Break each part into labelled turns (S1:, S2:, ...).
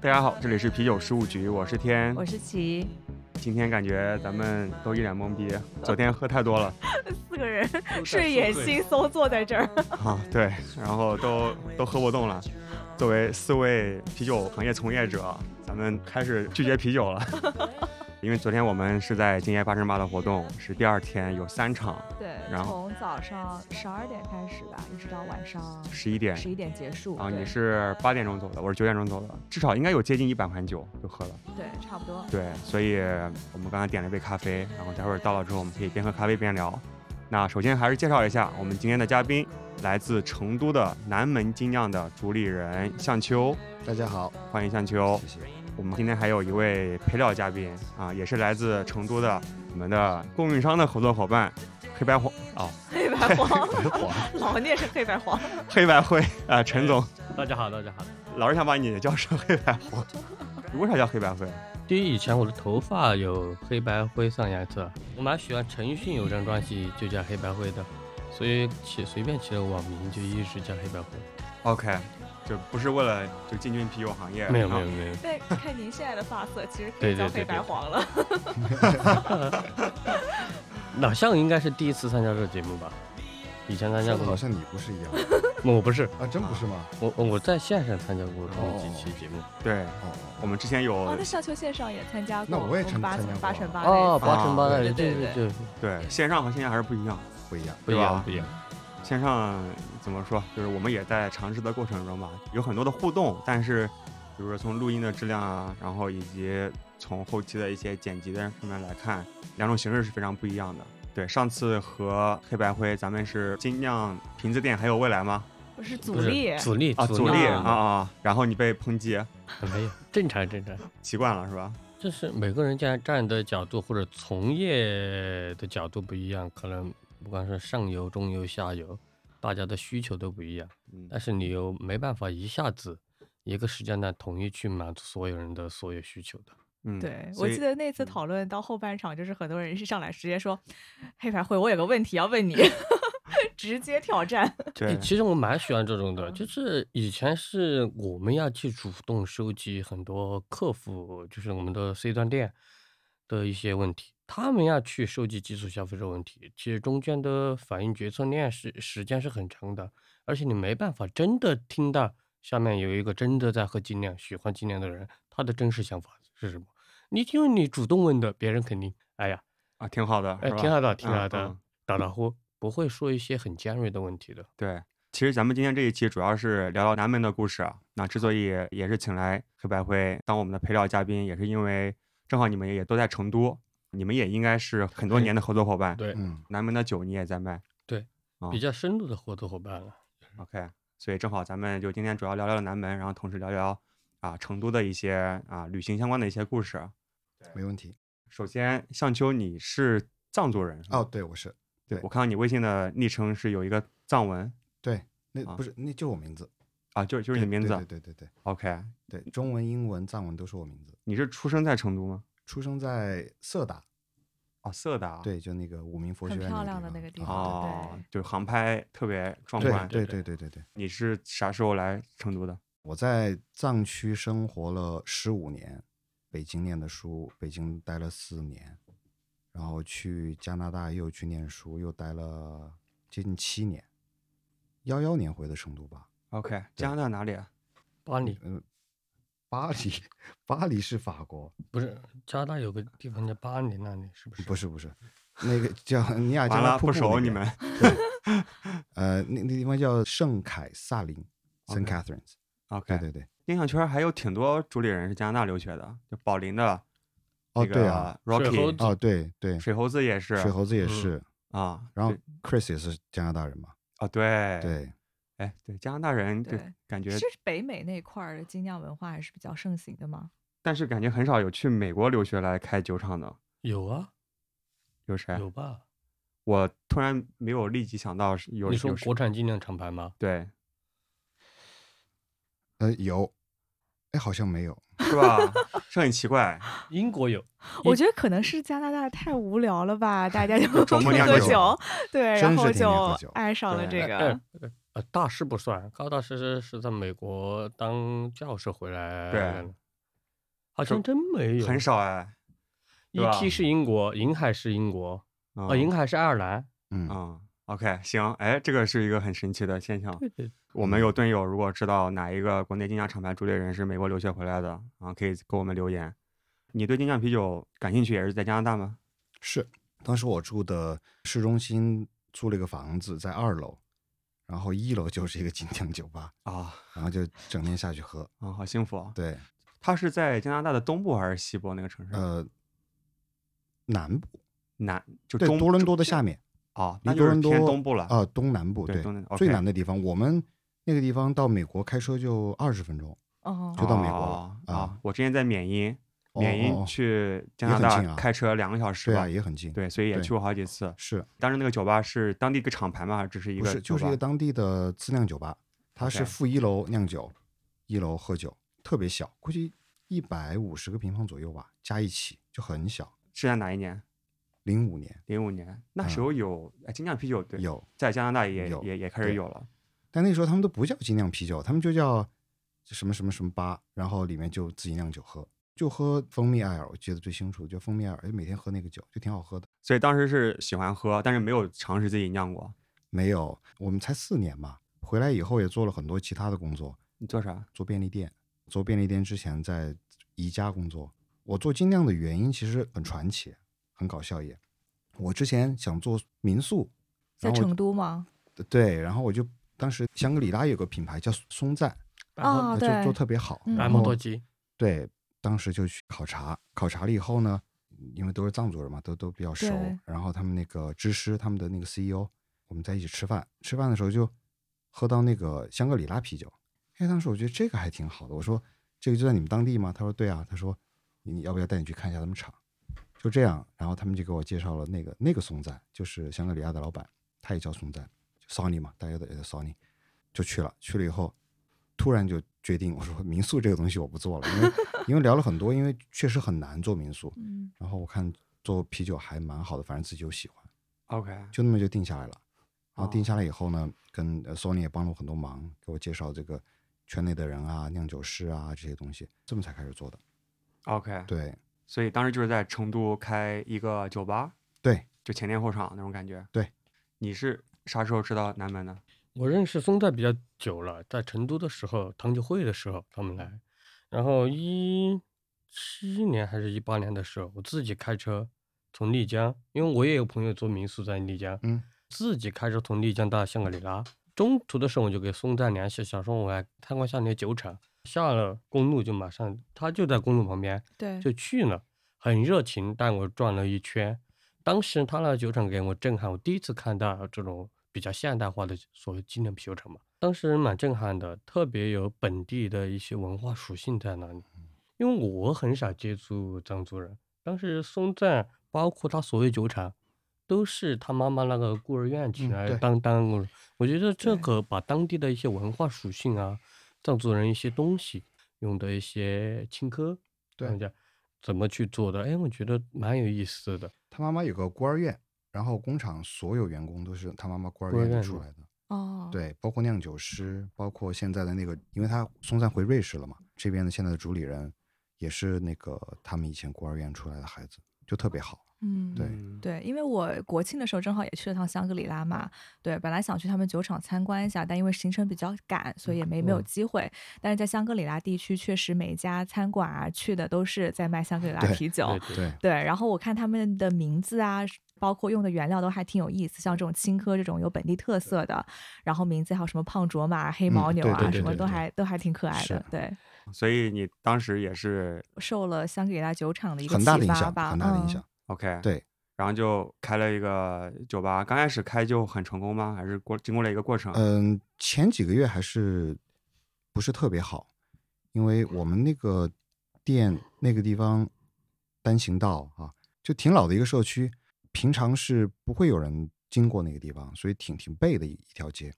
S1: 大家好，这里是啤酒事务局，我是天。
S2: 我是琪，
S1: 今天感觉咱们都一脸懵逼，昨天喝太多 了
S2: 四个人
S3: 都 在
S2: 睡眼
S3: 宿醉
S2: 惺忪坐在这儿，
S1: 啊，对，然后都都喝不动了。作为四位啤酒行业从业者，咱们开始拒绝啤 酒了，因为昨天我们是在今夜八乘八的活动，是第二天有三场，
S2: 嗯对，
S1: 然后
S2: 从早上十二点开始吧，一直到晚上
S1: 十一点。
S2: 十一点结束。
S1: 然后
S2: 对
S1: 你是八点钟走的，我是九点钟走的，至少应该有接近一百款酒就喝了。
S2: 对，差不多。
S1: 对，所以我们刚才点了一杯咖啡，然后待会儿到了之后，我们可以边喝咖啡边聊。那首先还是介绍一下我们今天的嘉宾，来自成都的南门精酿的主理人向秋，
S3: 大家好，
S1: 欢迎向秋。
S3: 谢。
S1: 我们今天还有一位陪聊嘉宾啊，也是来自成都的我们的供应商的合作伙伴黑白黄哦
S2: 黑白 黄，
S4: 哎
S3: 我
S2: 老念是黑白 黄，
S1: 黑白灰啊、呃陈总，
S3: 大家好，大家好。
S1: 老是想把你叫成黑白黄，你为啥叫黑白灰？
S3: 第一，以前我的头发有黑白灰上颜色，我蛮喜欢陈奕迅有张专辑就叫黑白灰的，所以起随便起了网名就一直叫黑白灰。
S1: OK，就不是为了就进军啤酒行业，啊
S3: 没有
S1: 然
S3: 没
S1: 后
S3: 有没有，
S2: 但看您现在的发色，其实可
S3: 对
S2: 以
S3: 对
S2: 叫
S3: 对
S2: 黑白
S3: 对
S2: 黄了。
S3: 老向应该是第一次参加这个节目吧？以前参加
S4: 说的
S3: 过
S4: 好
S3: 吗？
S4: 像你不是一样
S3: 我不是，
S4: 啊，真不是吗？
S3: 我我在线上参加过这么几期节目。
S1: 对
S4: 哦，
S1: 我们之前有
S2: 哦，那上秋线上也参加过，
S4: 那我也
S2: 们八
S4: 参加过
S2: 八乘八那一
S3: 哦，
S2: 次
S3: 八乘八
S2: 对
S3: 的，
S2: 对
S3: 对
S2: 对
S3: 对，
S1: 对，线上和线下还是不一样。
S4: 不一样。
S3: 不一样不一样。
S1: 线上怎么说，就是我们也在尝试的过程中吧，有很多的互动，但是比如说从录音的质量啊，然后以及从后期的一些剪辑的上面来看，两种形式是非常不一样的。对，上次和黑白灰，咱们是精酿瓶子店还有未来吗？
S2: 我是阻
S3: 不是
S2: 力，
S3: 阻力
S1: 啊，阻力啊
S3: 啊，
S1: 啊！然后你被抨击，
S3: 没有，正常正常。
S1: 习惯了是吧？
S3: 就是每个人站站的角度或者从业的角度不一样，可能不管是上游、中游、下游，大家的需求都不一样。
S1: 嗯，
S3: 但是你又没办法一下子一个时间段统一去满足所有人的所有需求的。
S1: 嗯
S2: 对，
S1: 所
S2: 我
S1: 以
S2: 记得那次讨论到后半场，就是很多人是上来直接说：“黑白会，我有个问题要问你。” 直接挑战，
S3: 诶
S1: 对，
S3: 其实我蛮喜欢这种
S1: 嗯
S3: 的，就是以前是我们要去主动收集很多客户，就是我们的 C 端店的一些问题，他们要去收集基础消费者问题，其实中间的反应决策链是时间是很长的，而且你没办法真的听到下面有一个真的在喝精酿、喜欢精酿的人，他的真实想法是什么。你因为你主动问的，别人肯定，哎呀，
S1: 啊，挺好的，
S3: 哎，
S1: 是吧
S3: 挺好的，挺
S1: 嗯
S3: 好的，
S1: 嗯
S3: 打打呼，不会说一些很尖锐的问题的。
S1: 对，其实咱们今天这一期主要是聊聊南门的故事啊。那之所以也是请来黑白灰当我们的陪聊嘉宾，也是因为正好你们也都在成都，你们也应该是很多年的合作伙伴。
S3: 对，
S4: 嗯，
S1: 南门的酒你也在卖啊
S3: 比较深入的合作伙伴了。
S4: 嗯
S1: ，OK。所以正好咱们就今天主要聊聊南门，然后同时聊聊啊成都的一些啊旅行相关的一些故事。
S4: 没问题。
S1: 首先，向秋，你是藏族人是吗
S4: 哦，，对，我是对
S1: 我看到你微信的昵称是有一个藏文
S4: 对，那
S1: 啊
S4: 不是那就是我名字，
S1: 啊，就是就是你
S4: 对
S1: 名字
S4: 对对对对
S1: OK。
S4: 对，对中文、英文、藏文都是我名字。
S1: 你是出生在成都吗？
S4: 出生在色达，
S1: 哦，色达。
S4: 对，就那个五明佛学
S2: 很
S4: 院
S2: 漂亮的那个地方
S4: 啊
S1: 哦，就是航拍特别壮
S4: 对
S1: 观。
S4: 对
S3: 对
S4: 对对对对，
S1: 你是啥时候来成都的？
S4: 我在藏区生活了十五年，北京念的书，北京待了四年，然后去加拿大又去念书，又待了接近七年，幺幺年回的成都吧。
S1: OK，加拿大哪里啊？
S3: 巴黎
S4: 嗯，巴黎， 巴黎是法国，
S3: 不是加拿大有个地方叫巴黎，那里是不是？
S4: 不是不是，那个叫尼亚加
S1: 完
S4: 拉
S1: 了，
S4: 瀑
S1: 不
S4: 布那
S1: 熟你
S4: 边
S1: 们。
S4: 呃，那那地方叫圣凯萨林 （Saint
S1: OK
S4: Catharines）。对
S1: 哦 OK，
S4: 对对，
S1: 音响圈还有挺多主理人是加拿大留学的，就宝林的
S4: 哦
S1: 那
S4: 对啊，
S1: 个 Rocky，
S3: 水猴子
S4: 哦对对，
S1: 水猴子也是
S4: 水猴子也
S3: 嗯
S4: 是，
S1: 啊。
S4: 然后
S1: 对
S4: Chris 也是加拿大人嘛，
S1: 哦对，
S4: 对，
S1: 哎对，加拿大人就
S2: 对
S1: 感觉
S2: 是，北美那块儿的精酿文化还是比较盛行的吗？
S1: 但是感觉很少有去美国留学来开酒厂的，
S3: 有啊，
S1: 有谁？
S3: 有吧？
S1: 我突然没有立即想到是哎有
S3: 你说
S1: 有谁
S3: 国产精酿厂牌吗？
S1: 对
S4: 呃有，哎好像没有，
S1: 是吧？ 这很奇 怪，
S3: 英国有，
S2: 我觉得可能是加拿大太无聊了吧，大家就
S1: 琢磨酿
S2: 喝
S1: 酒
S2: 酒，对，然
S4: 真是
S2: 后
S4: 天天喝
S2: 就
S4: 酒
S2: 爱上了
S1: 对
S2: 这
S3: 呃
S2: 个。
S3: 呃呃，大师不算，高大师是是在美国当教授回来
S1: 对啊
S3: 的，好像真没有。
S1: 很少哎。对吧
S3: E.T. 是英国，银海是英国，
S1: 啊
S3: 啊，银海是爱尔兰。
S4: 嗯，
S1: 嗯，OK，行，哎，这个是一个很神奇的现象。
S3: 对对，
S1: 我们有队友如果知道哪一个国内精酿厂牌主理人是美国留学回来的，啊，可以给我们留言。你对精酿啤酒感兴趣也是在加拿大吗？
S4: 是，当时我住的市中心租了一个房子，在二楼，然后一楼就是一个 精酿酒吧，
S1: 啊
S4: 然后就整天下去喝。
S1: 啊，好幸福啊！
S4: 对，
S1: 它是在加拿大的东部还是西部那个城市？
S4: 呃，南部
S1: 南就
S4: 对
S1: 中
S4: 多伦
S1: 中
S4: 多的下面，
S1: 啊，那
S4: 离
S1: 就
S4: 多
S1: 是
S4: 伦多
S1: 偏东部了
S4: 啊、东南部
S1: 对东南
S4: 最
S1: OK
S4: 南的地方。我们那个地方到美国开车就二十分钟，
S2: 哦
S4: 就到美国了
S1: 哦
S4: 啊
S1: 啊！我之前在缅因，
S4: 哦
S1: 缅
S4: 哦
S1: 因
S4: 哦
S1: 去加
S4: 也
S1: 拿
S4: 很近
S1: 大
S4: 啊
S1: 开车两个小时
S4: 对
S1: 吧
S4: 啊，，也很近。，
S1: 对，所以也
S4: 对
S1: 去过好几次。
S4: 是
S1: 当时那个酒吧是当地一个厂牌吗？还是只是一
S4: 不
S1: 个？
S4: 是就是一个当地的自酿酒吧？它是
S1: OK
S4: 负一楼酿酒，一楼喝酒，特别小，估计一百五十个平方左右吧，加一起就很小。
S1: 是在哪一年？
S4: 零五年
S1: 零五年，那时候有哎精酿啤酒，对，
S4: 嗯有，
S1: 在加拿大也
S4: 有
S1: 也也开始
S4: 对
S1: 有了。
S4: 但那时候他们都不叫精酿啤酒，他们就叫什么什么什么吧，然后里面就自己酿酒喝，就喝蜂蜜艾尔，我记得最清楚，就蜂蜜艾尔，哎就每天喝那个酒，就挺好喝的。
S1: 所以当时是喜欢喝，但是没有尝试自己酿过。
S4: 没有，我们才四年嘛，回来以后也做了很多其他的工作，
S1: 你做啥？
S4: 做便利店，做便利店之前在宜家工作。我做精酿的原因其实很传奇，很搞笑也。我之前想做民宿，
S2: 在
S4: 然后我
S2: 成都吗？
S4: 对，然后我就当时香格里拉有个品牌叫松赞，
S3: 然后
S2: 啊
S4: 呃
S2: 对
S4: 就做特别好，
S2: 嗯
S3: 白
S4: 然
S3: 毛
S4: 后
S3: 多吉，
S4: 对，当时就去考察，考察了以后呢，因为都是藏族人嘛，都都比较熟
S2: 对。
S4: 然后他们那个知师，他们的那个 CEO，我们在一起吃饭，吃饭的时候就喝到那个香格里拉啤酒。哎，当时我觉得这个还挺好的。我说这个就在你们当地吗？他说对啊。他说你要不要带你去看一下他们厂？就这样，然后他们就给我介绍了那个那个松赞，就是香格里拉的老板，他也叫松赞，Sony 嘛，大家都也叫 Sony，就去了。去了以后，突然就决定，我说民宿这个东西我不做了，因为因为聊了很多，因为确实很难做民宿。
S2: 嗯，
S4: 然后我看做啤酒还蛮好的，反正自己又喜欢，
S1: OK，
S4: 就那么就定下来了。然后定
S1: 哦
S4: 下来以后呢，跟呃 Sony 也帮了我很多忙，给我介绍这个圈内的人啊、酿酒师啊这些东西，这么才开始做的。
S1: 哦 OK，
S4: 对
S1: 所以当时就是在成都开一个酒吧，
S4: 对，
S1: 就前店后厂那种感觉。
S4: 对，
S1: 你是啥时候知道南门的？
S3: 我认识松赞比较久了，在成都的时候，糖酒会的时候他们来，然后一七年还是一八年的时候，我自己开车从丽江，因为我也有朋友做民宿在丽江，
S4: 嗯，
S3: 自己开车从丽江到香格里拉，中途的时候我就给松赞联系，想说我来参观下你的酒厂，下了公路就马上，他就在公路旁边，
S2: 对，
S3: 就去了，很热情带我转了一圈。当时他那酒厂给我震撼，我第一次看到这种比较现代化的所谓精酿啤酒厂嘛，当时蛮震撼的，特别有本地的一些文化属性在那里。
S4: 嗯
S3: 因为我很少接触藏族人，当时松赞包括他所谓酒厂，都是他妈妈那个孤儿院请
S4: 嗯
S3: 来
S4: 对
S3: 当当工人。我觉得这
S2: 对
S3: 个把当地的一些文化属性啊，藏族人一些东西用的一些青稞，
S4: 对
S3: 人家怎么去做的，哎，我觉得蛮有意思的。
S4: 他妈妈有个孤儿院，然后工厂所有员工都是他妈妈孤儿
S3: 孤儿
S4: 院里
S3: 院
S4: 出
S3: 里
S4: 来的。
S2: 哦，，
S4: 对，包括酿酒师，包括现在的那个，因为他松赞回瑞士了嘛，这边的现在的主理人也是那个他们以前孤儿院出来的孩子，就特别好。
S2: 嗯，
S4: 对
S1: 嗯
S2: 对，因为我国庆的时候正好也去了趟香格里拉嘛，对，本来想去他们酒厂参观一下，但因为行程比较赶，所以也没没有
S3: 嗯
S2: 机会。但是在香格里拉地区，确实每一家餐馆啊去的都是在卖香格里拉
S4: 对
S2: 啤酒，
S3: 对
S4: 对，
S2: 哦对，然后我看他们的名字啊，包括用的原料都还挺有意思，像这种青稞这种有本地特色的，然后名字还有什么胖卓玛、黑
S4: 嗯
S2: 牦牛
S4: 对对
S2: 啊，
S4: 对
S2: 什么
S4: 对
S2: 都
S4: 对
S2: 还都还挺可爱的
S4: 是。
S2: 对，
S1: 嗯所以你当时也是
S2: 受了香格里拉酒厂的一个
S4: 很大的
S2: 启
S4: 影
S2: 发
S4: 响，
S2: 吧，嗯
S4: 很大的影响。
S1: OK，
S4: 对，
S1: 然后就开了一个酒吧。刚开始开就很成功吗？还是过经过了一个过程？
S4: 嗯，前几个月还是不是特别好，因为我们那个店那个地方单行道啊，就挺老的一个社区，平常是不会有人经过那个地方，所以挺挺背的一一条街，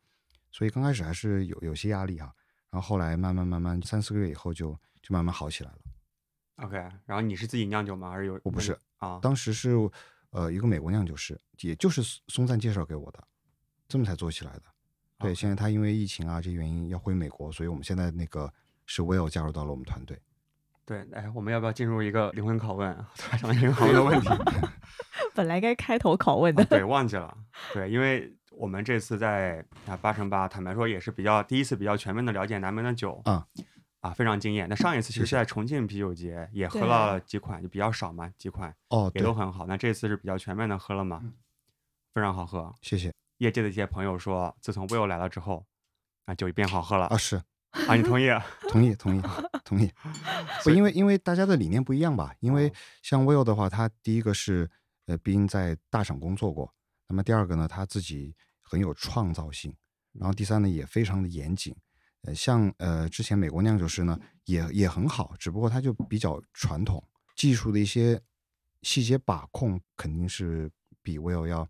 S4: 所以刚开始还是有有些压力啊，然后后来慢慢慢慢三四个月以后就就慢慢好起来了。
S1: OK，然后你是自己酿酒吗？还是有
S4: 我不是
S1: 啊？
S4: 当时是呃一个美国酿酒师，也就是松松赞介绍给我的，这么才做起来的。对，
S1: OK
S4: 现在啊他因为疫情啊这些原因要回美国，所以我们现在那个是 Will 加入到了我们团队。
S1: 对，哎，我们要不要进入一个灵魂拷问？啊突然想到一个灵魂拷问的 问题
S2: 本来该开头拷问
S1: 啊
S2: 的，
S1: 对，忘记了，对，因为我们这次在啊八乘八，坦白说也是比较第一次比较全面的了解南门的酒
S4: 啊
S1: 啊，非常惊艳。那上一次其实
S4: 谢
S1: 是在重庆啤酒节也喝
S2: 对
S1: 了几款，就比较少嘛，几款
S4: 哦，
S1: 也
S4: 对嗯
S1: 都，很好。那这次是比较全面的喝了嘛，非常好喝。
S4: 谢谢
S1: 业界的一些朋友说，自从 Will 来了之后，啊酒变好喝了
S4: 啊，是
S1: 啊，你同意？
S4: 同意，同意，同 意。不，因为因为大家的理念不一样吧？因为
S1: 哦
S4: 像 Will 的话，他第一个是呃，毕竟在大厂工作过，那么第二个呢，他自己很有创造性，然后第三呢，也非常的严谨。呃，像呃之前美国酿酒师呢，也也很好，只不过他就比较传统，技术的一些细节把控肯定是比 Will 要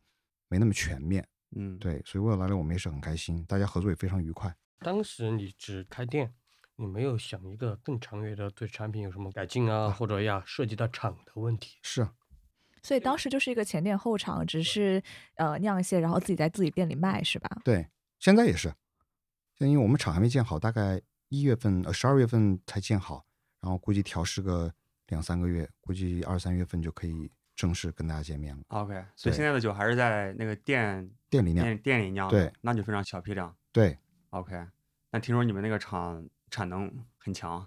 S4: 没那么全面。
S1: 嗯，，
S4: 对，所以 Will 来了，我们也是很开心，大家合作也非常愉快。
S3: 当时你只开店，你没有想一个更长远的对产品有什么改进啊，或者呀涉及到厂的问题。
S4: 是啊，
S2: 所以当时就是一个前店后厂，只是呃酿一些，然后自己在自己店里卖，是吧？
S4: 对，现在也是，现在因为我们厂还没建好，大概一月份、呃十二月份才建好，然后估计调试个两三个月，估计二三月份就可以正式跟大家见面了。
S1: OK，所以
S4: 对
S1: 现在的酒还是在那个店
S4: 店里酿，
S1: 店店里酿的，
S4: 对，
S1: 那就非常小批量。
S4: 对，
S1: OK，那听说你们那个厂产能很强啊、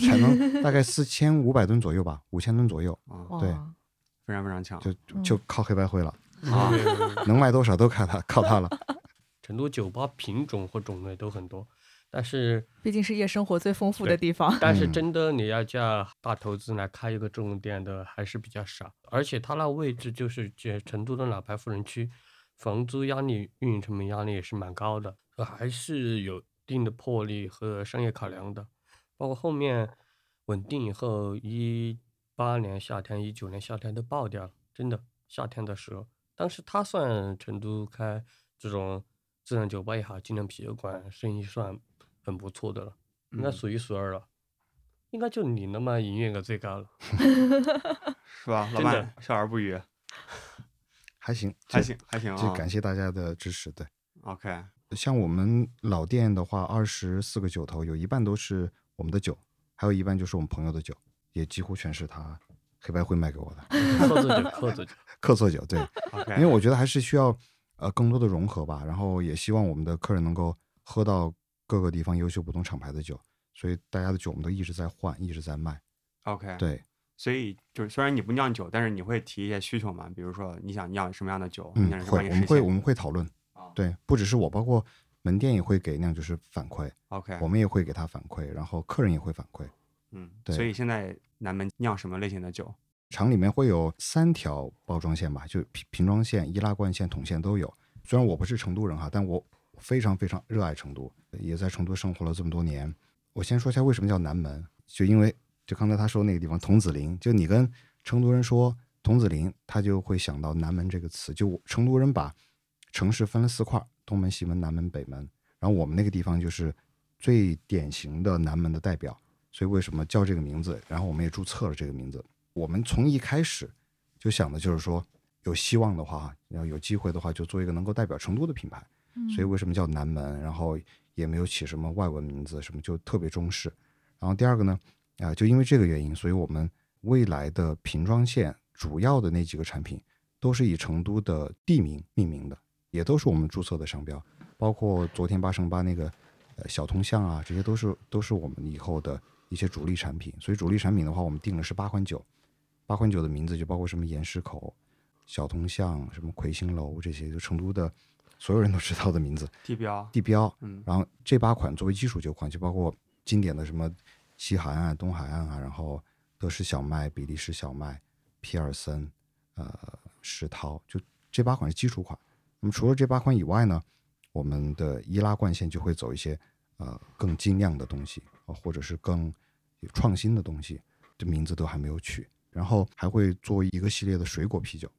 S4: 产能大概四千五百吨左右吧，五千吨左右，
S2: 哇
S4: 对
S1: 啊非常非常强。
S4: 就就靠黑白灰了，
S1: 啊
S4: 能卖多少都靠它，靠 它了。
S3: 成都酒吧品种和种类都很多，但是
S2: 毕竟是夜生活最丰富的
S3: 对
S2: 地方。
S3: 但是
S4: 嗯
S3: 真的你要叫大投资来开一个这种店的还是比较少，而且它那位置就是这成都的老牌富人区，房租压力、运营成本压力也是蛮高的，还是有一定的魄力和商业考量的。包括后面稳定以后，一八年夏天、一九年夏天都爆掉了，真的夏天的时候，当时他算成都开这种自然酒吧也好，精酿啤酒馆生意算很不错的了，应该
S1: 嗯
S3: 数一数二了，应该就你那么营业额最高了。
S1: 是吧？老
S3: 真的
S1: 板笑而不语，
S4: 还行，
S1: 还
S4: 就
S1: 行，还行啊。
S4: 就感谢大家的支持，对。
S1: OK，
S4: 像我们老店的话，二十四个酒头，有一半都是我们的酒，还有一半就是我们朋友的酒，也几乎全是他黑白灰卖给我的
S3: 克制酒，克制酒，
S4: 客座酒。 对，
S1: OK，
S4: 因为我觉得还是需要呃更多的融合吧，然后也希望我们的客人能够喝到各个地方优秀不同厂牌的酒，所以大家的酒我们都一直在换，一直在卖。
S1: OK，，
S4: 对，
S1: 所以就是虽然你不酿酒，但是你会提一些需求嘛，比如说你想酿什么样的酒，你想
S4: 嗯，
S1: 什么样
S4: 会，我
S1: 的事情
S4: 们会我们会讨论，对，不只是我，包括门店也会给酿酒师反馈，
S1: OK，
S4: 我们也会给他反馈，然后客人也会反馈。
S1: 嗯，
S4: 对
S1: 所以现在南门酿什么类型的酒
S4: 厂里面会有三条包装线吧，就瓶瓶装线、易拉罐线、桶线都有。虽然我不是成都人哈，但我非常非常热爱成都，也在成都生活了这么多年。我先说一下为什么叫南门，就因为就刚才他说那个地方桐梓林，就你跟成都人说桐梓林，他就会想到南门这个词。就我成都人把城市分了四块儿，东门、西门、南门、北门，然后我们那个地方就是最典型的南门的代表，所以为什么叫这个名字？然后我们也注册了这个名字。我们从一开始就想的就是说，有希望的话，啊要有机会的话，就做一个能够代表成都的品牌。所以为什么叫南门？然后也没有起什么外文名字，什么就特别中式。然后第二个呢，啊、就因为这个原因，所以我们未来的瓶装线主要的那几个产品都是以成都的地名命名的，也都是我们注册的商标，包括昨天八乘八那个呃小通巷啊，这些都是都是我们以后的一些主力产品。所以主力产品的话，我们定了是八款酒，八款酒的名字就包括什么盐市口、小通巷、什么魁星楼这些，就成都的所有人都知道的名字。
S1: 地标？
S4: 地标，
S1: 嗯
S4: 然后这八款作为基础酒款，就包括经典的什么西海岸、啊、东海岸啊，然后德式小麦、比利时小麦、皮尔森、呃石涛，就这八款是基础款。那么除了这八款以外呢，我们的易拉罐线就会走一些呃更精酿的东西啊，或者是更有创新的东西，这名字都还没有取。然后还会做一个系列的水果啤酒，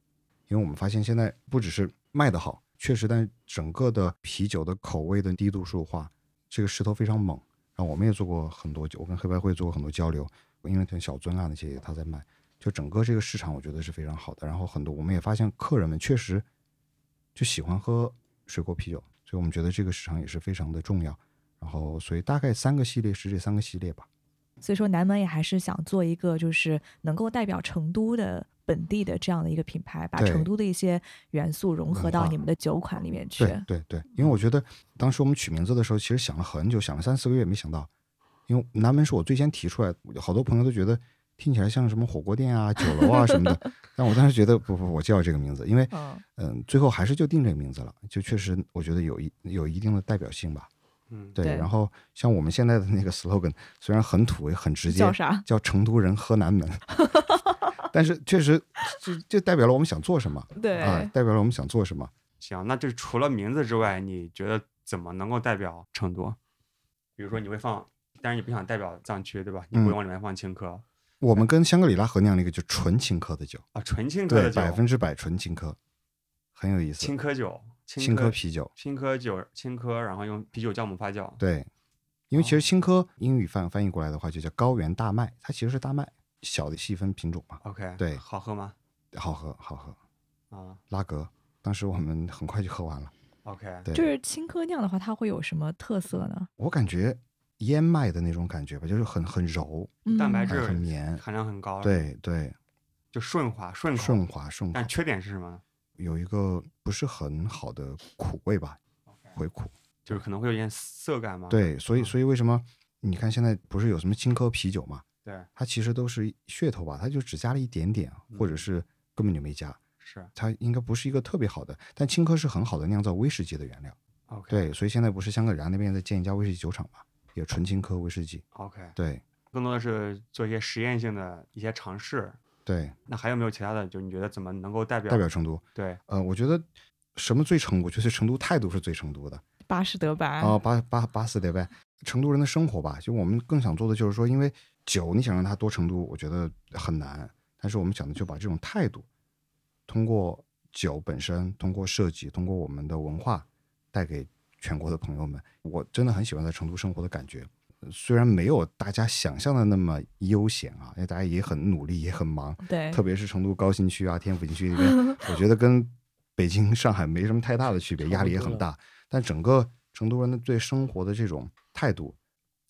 S4: 因为我们发现现在不只是卖的好，确实，但整个的啤酒的口味的低度数化，这个势头非常猛。然后我们也做过很多，我跟黑白会做过很多交流，因为像小樽啊那些他在卖，就整个这个市场我觉得是非常好的。然后很多我们也发现客人们确实就喜欢喝水果啤酒，所以我们觉得这个市场也是非常的重要。然后所以大概三个系列是这三个系列吧。
S2: 所以说南门也还是想做一个就是能够代表成都的本地的这样的一个品牌，把
S4: 对
S2: 成都的一些元素融合
S4: 文
S2: 到
S4: 化
S2: 你们的酒款里面去。
S4: 对对对，因
S2: 嗯
S4: 为我觉得当时我们取名字的时候，其实想了很久，想了三四个月，没想到，因为南门是我最先提出来，好多朋友都觉得听起来像什么火锅店啊、酒楼啊什么 的，但我当时觉得不不，我就要这个名字，因为
S2: 嗯，
S4: 嗯，最后还是就定这个名字了，就确实我觉得有一有一定的代表性吧。
S1: 嗯，
S4: 对，
S2: 对
S4: 然后像我们现在的那个 slogan，虽然很土也很直接，
S2: 叫啥？
S4: 叫成都人喝 南门，但是确实就就代表了我们想做什么
S2: 对，
S4: 啊、代表了我们想做什么。
S1: 行，那这除了名字之外，你觉得怎么能够代表成都？比如说你会放，但是你不想代表藏区，对吧？你会
S4: 嗯
S1: 往里面放青稞、
S4: 我们跟香格里拉合酿了一个就纯青稞的酒，
S1: 啊，纯青稞
S4: 对，
S1: 的酒，
S4: 百分之百纯青稞，很有意思
S1: 青。稞酒，
S4: 青
S1: 青
S4: 稞
S1: 稞
S4: 啤酒，
S1: 青稞酒，青稞，然后用啤酒酵母发酵。
S4: 对，因为其实
S1: 哦
S4: 青稞英语翻翻译过来的话就叫高原大麦，它其实是大麦小的细分品种嘛，
S1: ，OK，
S4: 对
S1: 好喝吗？
S4: 好喝好喝。
S1: 啊
S4: 拉格，当时我们很快就喝完了。
S1: ，OK，
S4: 对，
S2: 就是青稞酿的话，它会有什么特色呢？
S4: 我感觉燕麦的那种感觉吧，就是很很柔，
S1: 蛋白
S2: 嗯
S1: 质
S4: 很很绵，
S1: 含量很高，，
S4: 对对，
S1: 就顺滑顺口。
S4: 顺滑顺口
S1: 但，缺点是什么呢？
S4: 有一个不是很好的苦味吧，回苦。
S1: 就是可能会有点涩感嘛。
S4: 对，所以
S1: 嗯
S4: 所以为什么你看现在不是有什么青稞啤酒嘛？
S1: 对，
S4: 它其实都是噱头吧，它就只加了一点点，或者
S1: 嗯
S4: 是根本就没加。
S1: 是
S4: 它应该不是一个特别好的，但青稞是很好的酿造威士忌的原料。
S1: OK，
S4: 对，所以现在不是香格里啊拉那边在建一家威士忌酒厂嘛，也纯青稞威士忌。
S1: ，OK，
S4: 对
S1: 更多的是做一些实验性的一些尝试。
S4: 对，
S1: 那还有没有其他的？就你觉得怎么能够代表
S4: 代表成都。
S1: 对啊
S4: 呃，我觉得什么最成都？我觉得成都态度是最成都的。
S2: 巴士德白
S4: 啊、巴巴巴斯得呗，成都人的生活吧。就我们更想做的就是说，因为酒你想让它多成都，我觉得很难。但是我们想的就把这种态度，通过酒本身，通过设计，通过我们的文化，带给全国的朋友们。我真的很喜欢在成都生活的感觉，呃虽然没有大家想象的那么悠闲啊，因为大家也很努力，也很忙，
S3: 哎
S2: 对，
S4: 特别是成都高新区啊、天府新区那 边，我觉得跟北京、上海没什么太大的区别，
S3: 差
S4: 压
S3: 不
S4: 力也
S3: 多
S4: 很
S3: 了
S4: 大。但整个成都人的对生活的这种态度、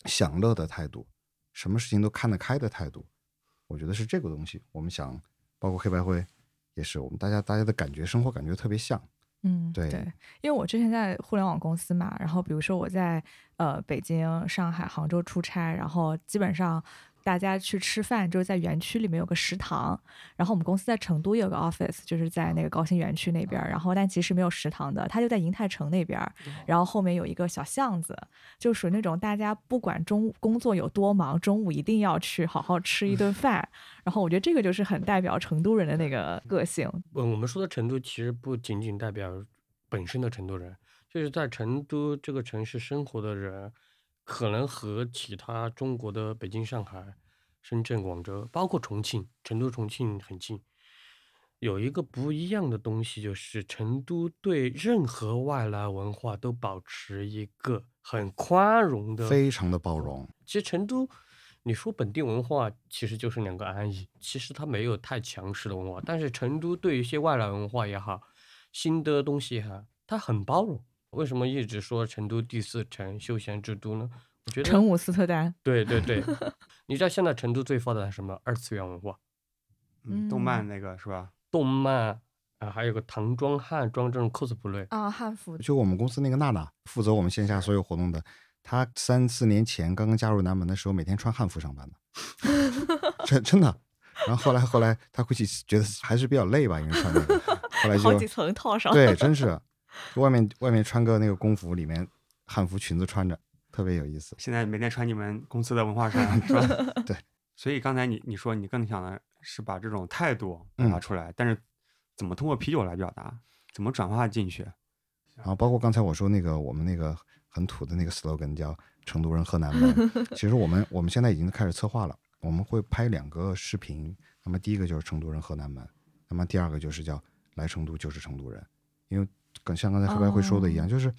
S4: 享乐的态度、什么事情都看得开的态度，我觉得是这个东西。我们想，包括黑白灰，也是我们大家大家的感觉，生活感觉特别像。
S2: 嗯，
S4: 对
S2: 因为我之前在互联网公司嘛，然后比如说我在呃北京、上海、杭州出差，然后基本上大家去吃饭就是在园区里面有个食堂，然后我们公司在成都也有个 office，就是在那个高新园区那边儿，然后但其实没有食堂的，它就在银泰城那边儿，然后后面有一个小巷子，就属于那种大家不管中工作有多忙，中午一定要去好好吃一顿饭，然后我觉得这个就是很代表成都人的那个个性，
S3: 呃，我们说的成都其实不仅仅代表本身的成都人，就是在成都这个城市生活的人，可能和其他中国的北京、上海、深圳、广州，包括重庆，成都、重庆很近，有一个不一样的东西，就是成都对任何外来文化都保持一个很宽容的
S4: 非常的包容，
S3: 其实成都，你说本地文化其实就是两个安逸，其实它没有太强势的文化，但是成都对一些外来文化也好，新的东西也好，它很包容。为什么一直说成都第四城休闲之都呢？我觉得
S2: 成武斯特丹。
S3: 对对对，你知道现在成都最发达的什么二次元文化，
S1: 嗯动漫那个是吧？
S3: 动漫啊，还有个唐装、汉装这种 cosplay，
S2: 啊，汉服
S4: 就我们公司那个娜娜，负责我们线下所有活动的，她三四年前刚刚加入南门的时候，每天穿汉服上班的，真真的。 然后后来后来，她估计觉得还是比较累吧，因为穿那个，后来
S2: 好几
S4: 就
S2: 层套上，
S4: 对，真是外面外面穿个那个工服，里面汉服裙子穿着，特别有意思。
S1: 现在每天穿你们公司的文化衫 是吧？
S4: 对。
S1: 所以刚才你你说你更想的是把这种态度表达
S4: 嗯
S1: 出来，但是怎么通过啤酒来表达？怎么转化进去？
S4: 然后包括刚才我说那个我们那个很土的那个 slogan 叫“成都人喝南门”，其实我们我们现在已经开始策划了，我们会拍两个视频。那么第一个就是“成都人喝南门”，那么第二个就是叫“来成都就是成都人”，因为跟像刚才黑白会说的一样，就是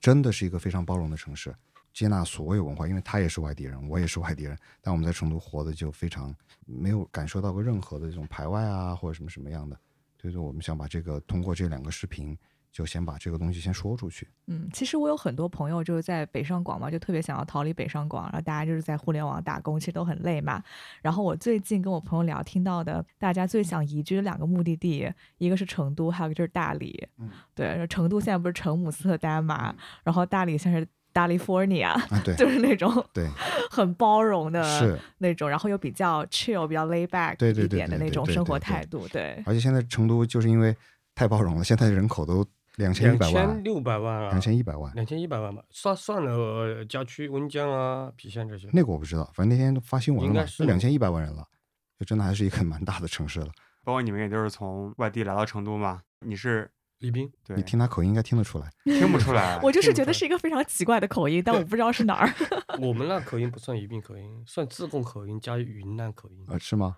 S4: 真的是一个非常包容的城市，接纳所有文化，因为他也是外地人，我也是外地人，但我们在成都活的就非常没有感受到过任何的这种排外啊或者什么什么样的。所以说，我们想把这个通过这两个视频，就先把这个东西先说出去。
S2: 嗯，其实我有很多朋友就是在北上广嘛，就特别想要逃离北上广，然后大家就是在互联网打工，其实都很累嘛。然后我最近跟我朋友聊，听到的大家最想移居的两个目的地，一个是成都，还有一个就是大理。
S4: 嗯，
S2: 对，成都现在不是成姆斯特丹嘛，然后大理现在是大利福尼亚，
S4: 啊，对
S2: 就是那种
S4: 对
S2: 很包容的
S4: 是，
S2: 那种，然后又比较 chill、比较 lay back
S4: 对对
S2: 一
S4: 对
S2: 点的
S4: 对
S2: 那
S4: 对
S2: 种
S4: 对
S2: 生
S4: 对啊
S2: 活
S4: 对
S2: 态度。对，
S4: 而且现在成都就是因为太包容了，现在人口都两千一
S3: 两
S4: 百万
S3: 千，六百万啊，
S4: 两千一百万。
S3: 两千一百万吧，算算了呃郊区温江啊、郫县这些。
S4: 那个我不知道，反正那天发新闻了
S3: 应该
S4: 嘛，
S3: 是
S4: 都两千一百万人了，就真的还是一个蛮大的城市了。
S1: 包括你们也都是从外地来到成都嘛，你是
S3: 宜宾，
S1: 对
S4: 你听他口音应该听得出来，
S1: 听不出 来，
S2: 我就是
S3: 听不
S2: 觉得
S3: 出来
S2: 是一个非常奇怪的口音，但我不知道是哪儿。
S3: 我们那口音不算宜宾口音，算自贡口音加云南口音。
S4: 呃，是吗？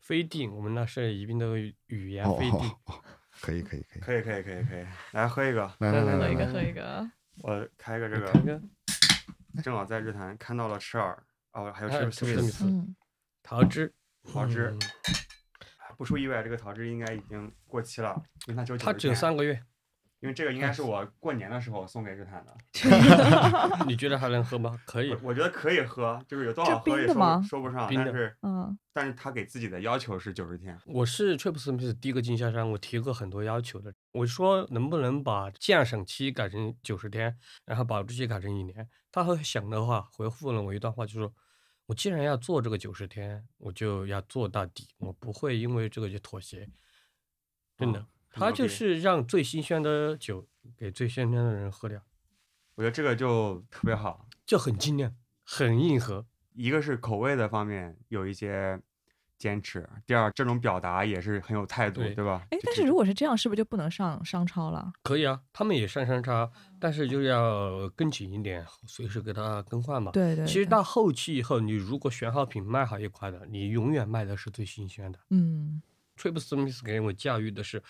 S3: 非定，我们那是宜宾的语语言
S4: 哦
S3: 非定。
S4: 哦哦，可以可以可以，
S1: 可以可以可以可以，来喝一个，
S4: 来
S3: 来
S4: 来
S3: 来
S4: 来
S3: 来
S4: 来
S3: 一个
S4: 来，
S3: 喝一
S2: 个，
S1: 我开个这
S3: 你
S1: 个
S3: 看，看
S1: 正好在日坛看到了赤耳，哦，还有
S3: 哎
S1: 是
S3: 这个
S1: 是
S3: 米
S1: 是，
S3: 色
S2: 嗯，
S3: 桃汁，
S1: 桃汁
S3: 嗯，
S1: 不出意外，这个桃汁应该已经过期了，因为它只有
S3: 它只
S1: 90
S3: 有
S1: 天，
S3: 三哎个月，
S1: 因为这个应该是我过年的时候送给日坛的，
S3: 你觉得还能喝吗？可以
S1: 我，我觉得可以喝，就是有多
S2: 这
S1: 少喝
S2: 冰
S1: 也
S2: 的
S1: 说
S2: 吗
S1: 不说不上，
S3: 冰
S1: 但
S3: 的
S1: 是
S2: 嗯，
S1: 但是他给自己的要求是九十天，
S3: 我是 Trip Smith 第一个经销商，我提过很多要求的。我说能不能把降审期改成九十天，然后保质期改成一年？他会想的话回复了我一段话，就说：“我既然要做这个九十天，我就要做到底，我不会因为这个就妥协。”真的
S1: 哦，很
S3: 他
S1: 牛
S3: 就
S1: 逼
S3: 是让最新鲜的酒给最新鲜的人喝掉，
S1: 我觉得这个就特别好，
S3: 就很精炼，很硬核。
S1: 一个是口味的方面有一些坚持，第二这种表达也是很有态度，
S3: 对
S1: 对吧？
S2: 哎
S1: 就，
S2: 但
S1: 这
S2: 是如
S1: 种
S2: 果是这样，是不是就不能上商超了？
S3: 可以啊，他们也上上
S2: 哦
S3: 叉，但是就要更紧一点，随时给它更换嘛。
S2: 对对，
S3: 其实
S2: 对
S3: 到后期以后，你如果选好品、卖好一款的，你永远卖的是最新鲜的。
S2: 嗯
S3: Trip Smith 给我教育的是，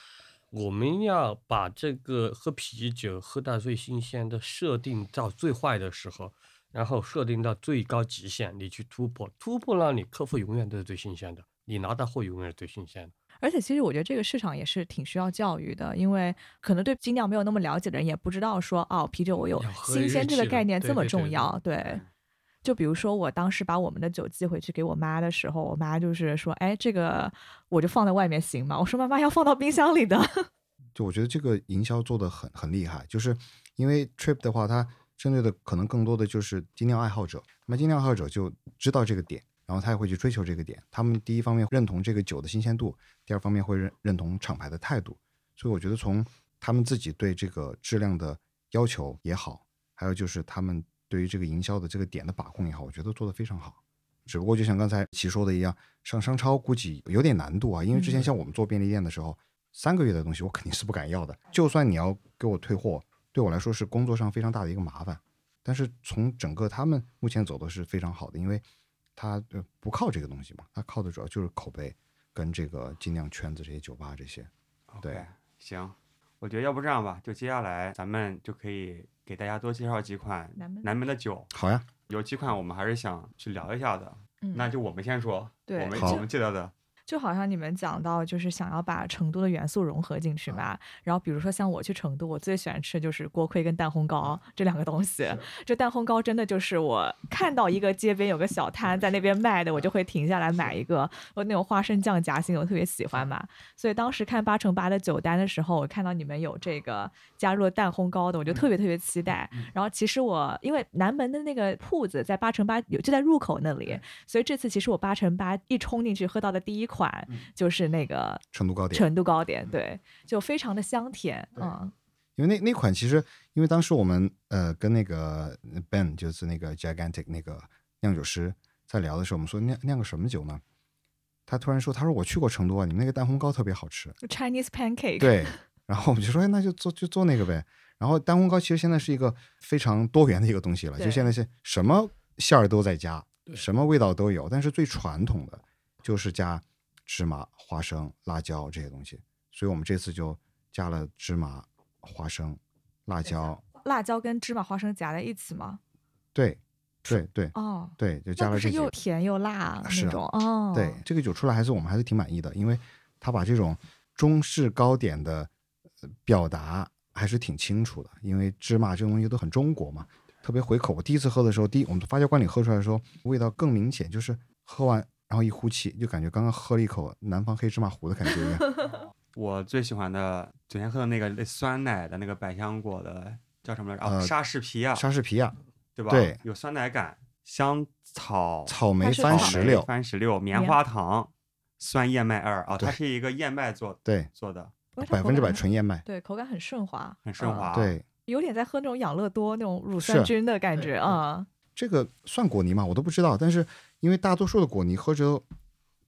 S3: 我们要把这个喝啤酒喝到最新鲜的设定到最坏的时候，然后设定到最高极限，你去突破，突破了你客户永远都是最新鲜的，你拿到货永远是最新鲜的。
S2: 而且其实我觉得这个市场也是挺需要教育的，因为可能对精酿没有那么了解的人也不知道说哦，啤酒我有
S3: 要喝
S2: 新
S3: 日
S2: 鲜这
S3: 期
S2: 个
S3: 了
S2: 概念
S3: 对
S2: 这么
S3: 对对
S2: 重
S3: 对嗯
S2: 要。对
S1: 对，
S2: 就比如说我当时把我们的酒寄回去给我妈的时候，我妈就是说，哎，这个我就放在外面行吗？我说妈妈要放到冰箱里的。
S4: 就我觉得这个营销做的很很厉害，就是因为 Trip 的话，它针对的可能更多的就是精酿爱好者，那么精酿爱好者就知道这个点，然后他也会去追求这个点。他们第一方面认同这个酒的新鲜度，第二方面会认认同厂牌的态度。所以我觉得从他们自己对这个质量的要求也好，还有就是他们对于这个营销的这个点的把控也好，我觉得做得非常好。只不过就像刚才齐说的一样，上商超估计有点难度啊，因为之前
S2: 嗯
S4: 像我们做便利店的时候，三个月的东西我肯定是不敢要的，就算你要给我退货，对我来说是工作上非常大的一个麻烦。但是从整个他们目前走的是非常好的，因为他呃不靠这个东西嘛，他靠的主要就是口碑跟这个精酿圈子这些酒吧这些。对
S1: OK，行，我觉得要不这样吧，就接下来咱们就可以给大家多介绍几款
S2: 南门
S1: 南门的酒，
S4: 好呀，
S1: 有几款我们还是想去聊一下的，
S2: 嗯
S1: 那就我们先说，
S2: 对
S1: 我们
S4: 好
S1: 我们记得的，
S2: 就好像你们讲到，就是想要把成都的元素融合进
S3: 嗯
S2: 去嘛。然后比如说像我去成都，我最喜欢吃的就是锅盔跟蛋烘糕这两个东西。这蛋烘糕真的就是我看到一个街边有个小摊在那边卖的，我就会停下来买一个。我那种花生酱夹心，我特别喜欢嘛。所以当时看八乘八的酒单的时候，我看到你们有这个加入了蛋烘糕的，我就特别特别期待。然后其实我因为南门的那个铺子在八乘八有就在入口那里，所以这次其实我八乘八一冲进去喝到的第一款就是那个
S4: 成都糕点，嗯
S2: 成都糕点，对，就非常的香甜，嗯
S4: 因为那那款其实，因为当时我们呃跟那个 Ben 就是那个 Gigantic 那个酿酒师在聊的时候，我们说酿酿个什么酒呢？他突然说，他说我去过成都啊，你们那个蛋烘糕特别好吃。
S2: ，Chinese pancake，，
S4: 对，然后我们就说，哎，那就做就做那个呗。然后蛋烘糕其实现在是一个非常多元的一个东西了，就
S2: 对
S4: 现在是什么馅儿都在加，
S3: 对
S4: 什么味道都有，但是最传统的就是加芝麻、花生、辣椒这些东西。所以我们这次就加了芝麻、花生、辣椒，
S2: 辣椒跟芝麻花生夹在一起嘛，
S4: 对，对对
S2: 哦，
S4: 对，就
S2: 那
S4: 加
S2: 不
S4: 了这
S2: 是
S4: 几
S2: 又
S4: 个。
S2: 甜又辣
S4: 是
S2: 那
S4: 啊
S2: 种，哦，
S4: 对，这个酒出来还是我们还是挺满意的，因为它把这种中式糕点的呃表达还是挺清楚的，因为芝麻这种东西都很中国嘛，特别回口。我第一次喝的时候，第一我们发酵罐里喝出来的时候，味道更明显，就是喝完然后一呼气，就感觉刚刚喝了一口南方黑芝麻糊的感觉一样。
S1: 我最喜欢的昨天喝的那个类似酸奶的那个百香果的叫什么来着？啊，
S4: 呃
S1: 莎士比亚，
S4: 莎士比亚、
S1: 对吧？
S4: 对
S1: 有酸奶感，香草
S4: 草莓
S2: 它是
S4: 番
S2: 草
S4: 石榴，
S1: 番石榴、棉
S2: 棉
S1: 花糖、酸燕麦二啊，它
S4: 对
S1: 是一个燕麦做
S4: 对，
S1: 做的，
S2: 不过它
S4: 百分之
S2: 口感
S4: 百纯燕麦，
S2: 对，口感很顺滑，
S1: 很顺
S2: 嗯
S1: 滑。，
S4: 对。
S2: 有点在喝那种养乐多那种乳
S4: 是
S2: 酸菌的感
S4: 对
S2: 觉
S4: 对
S2: 啊。
S4: 这个算果泥吗？我都不知道。但是因为大多数的果泥喝着都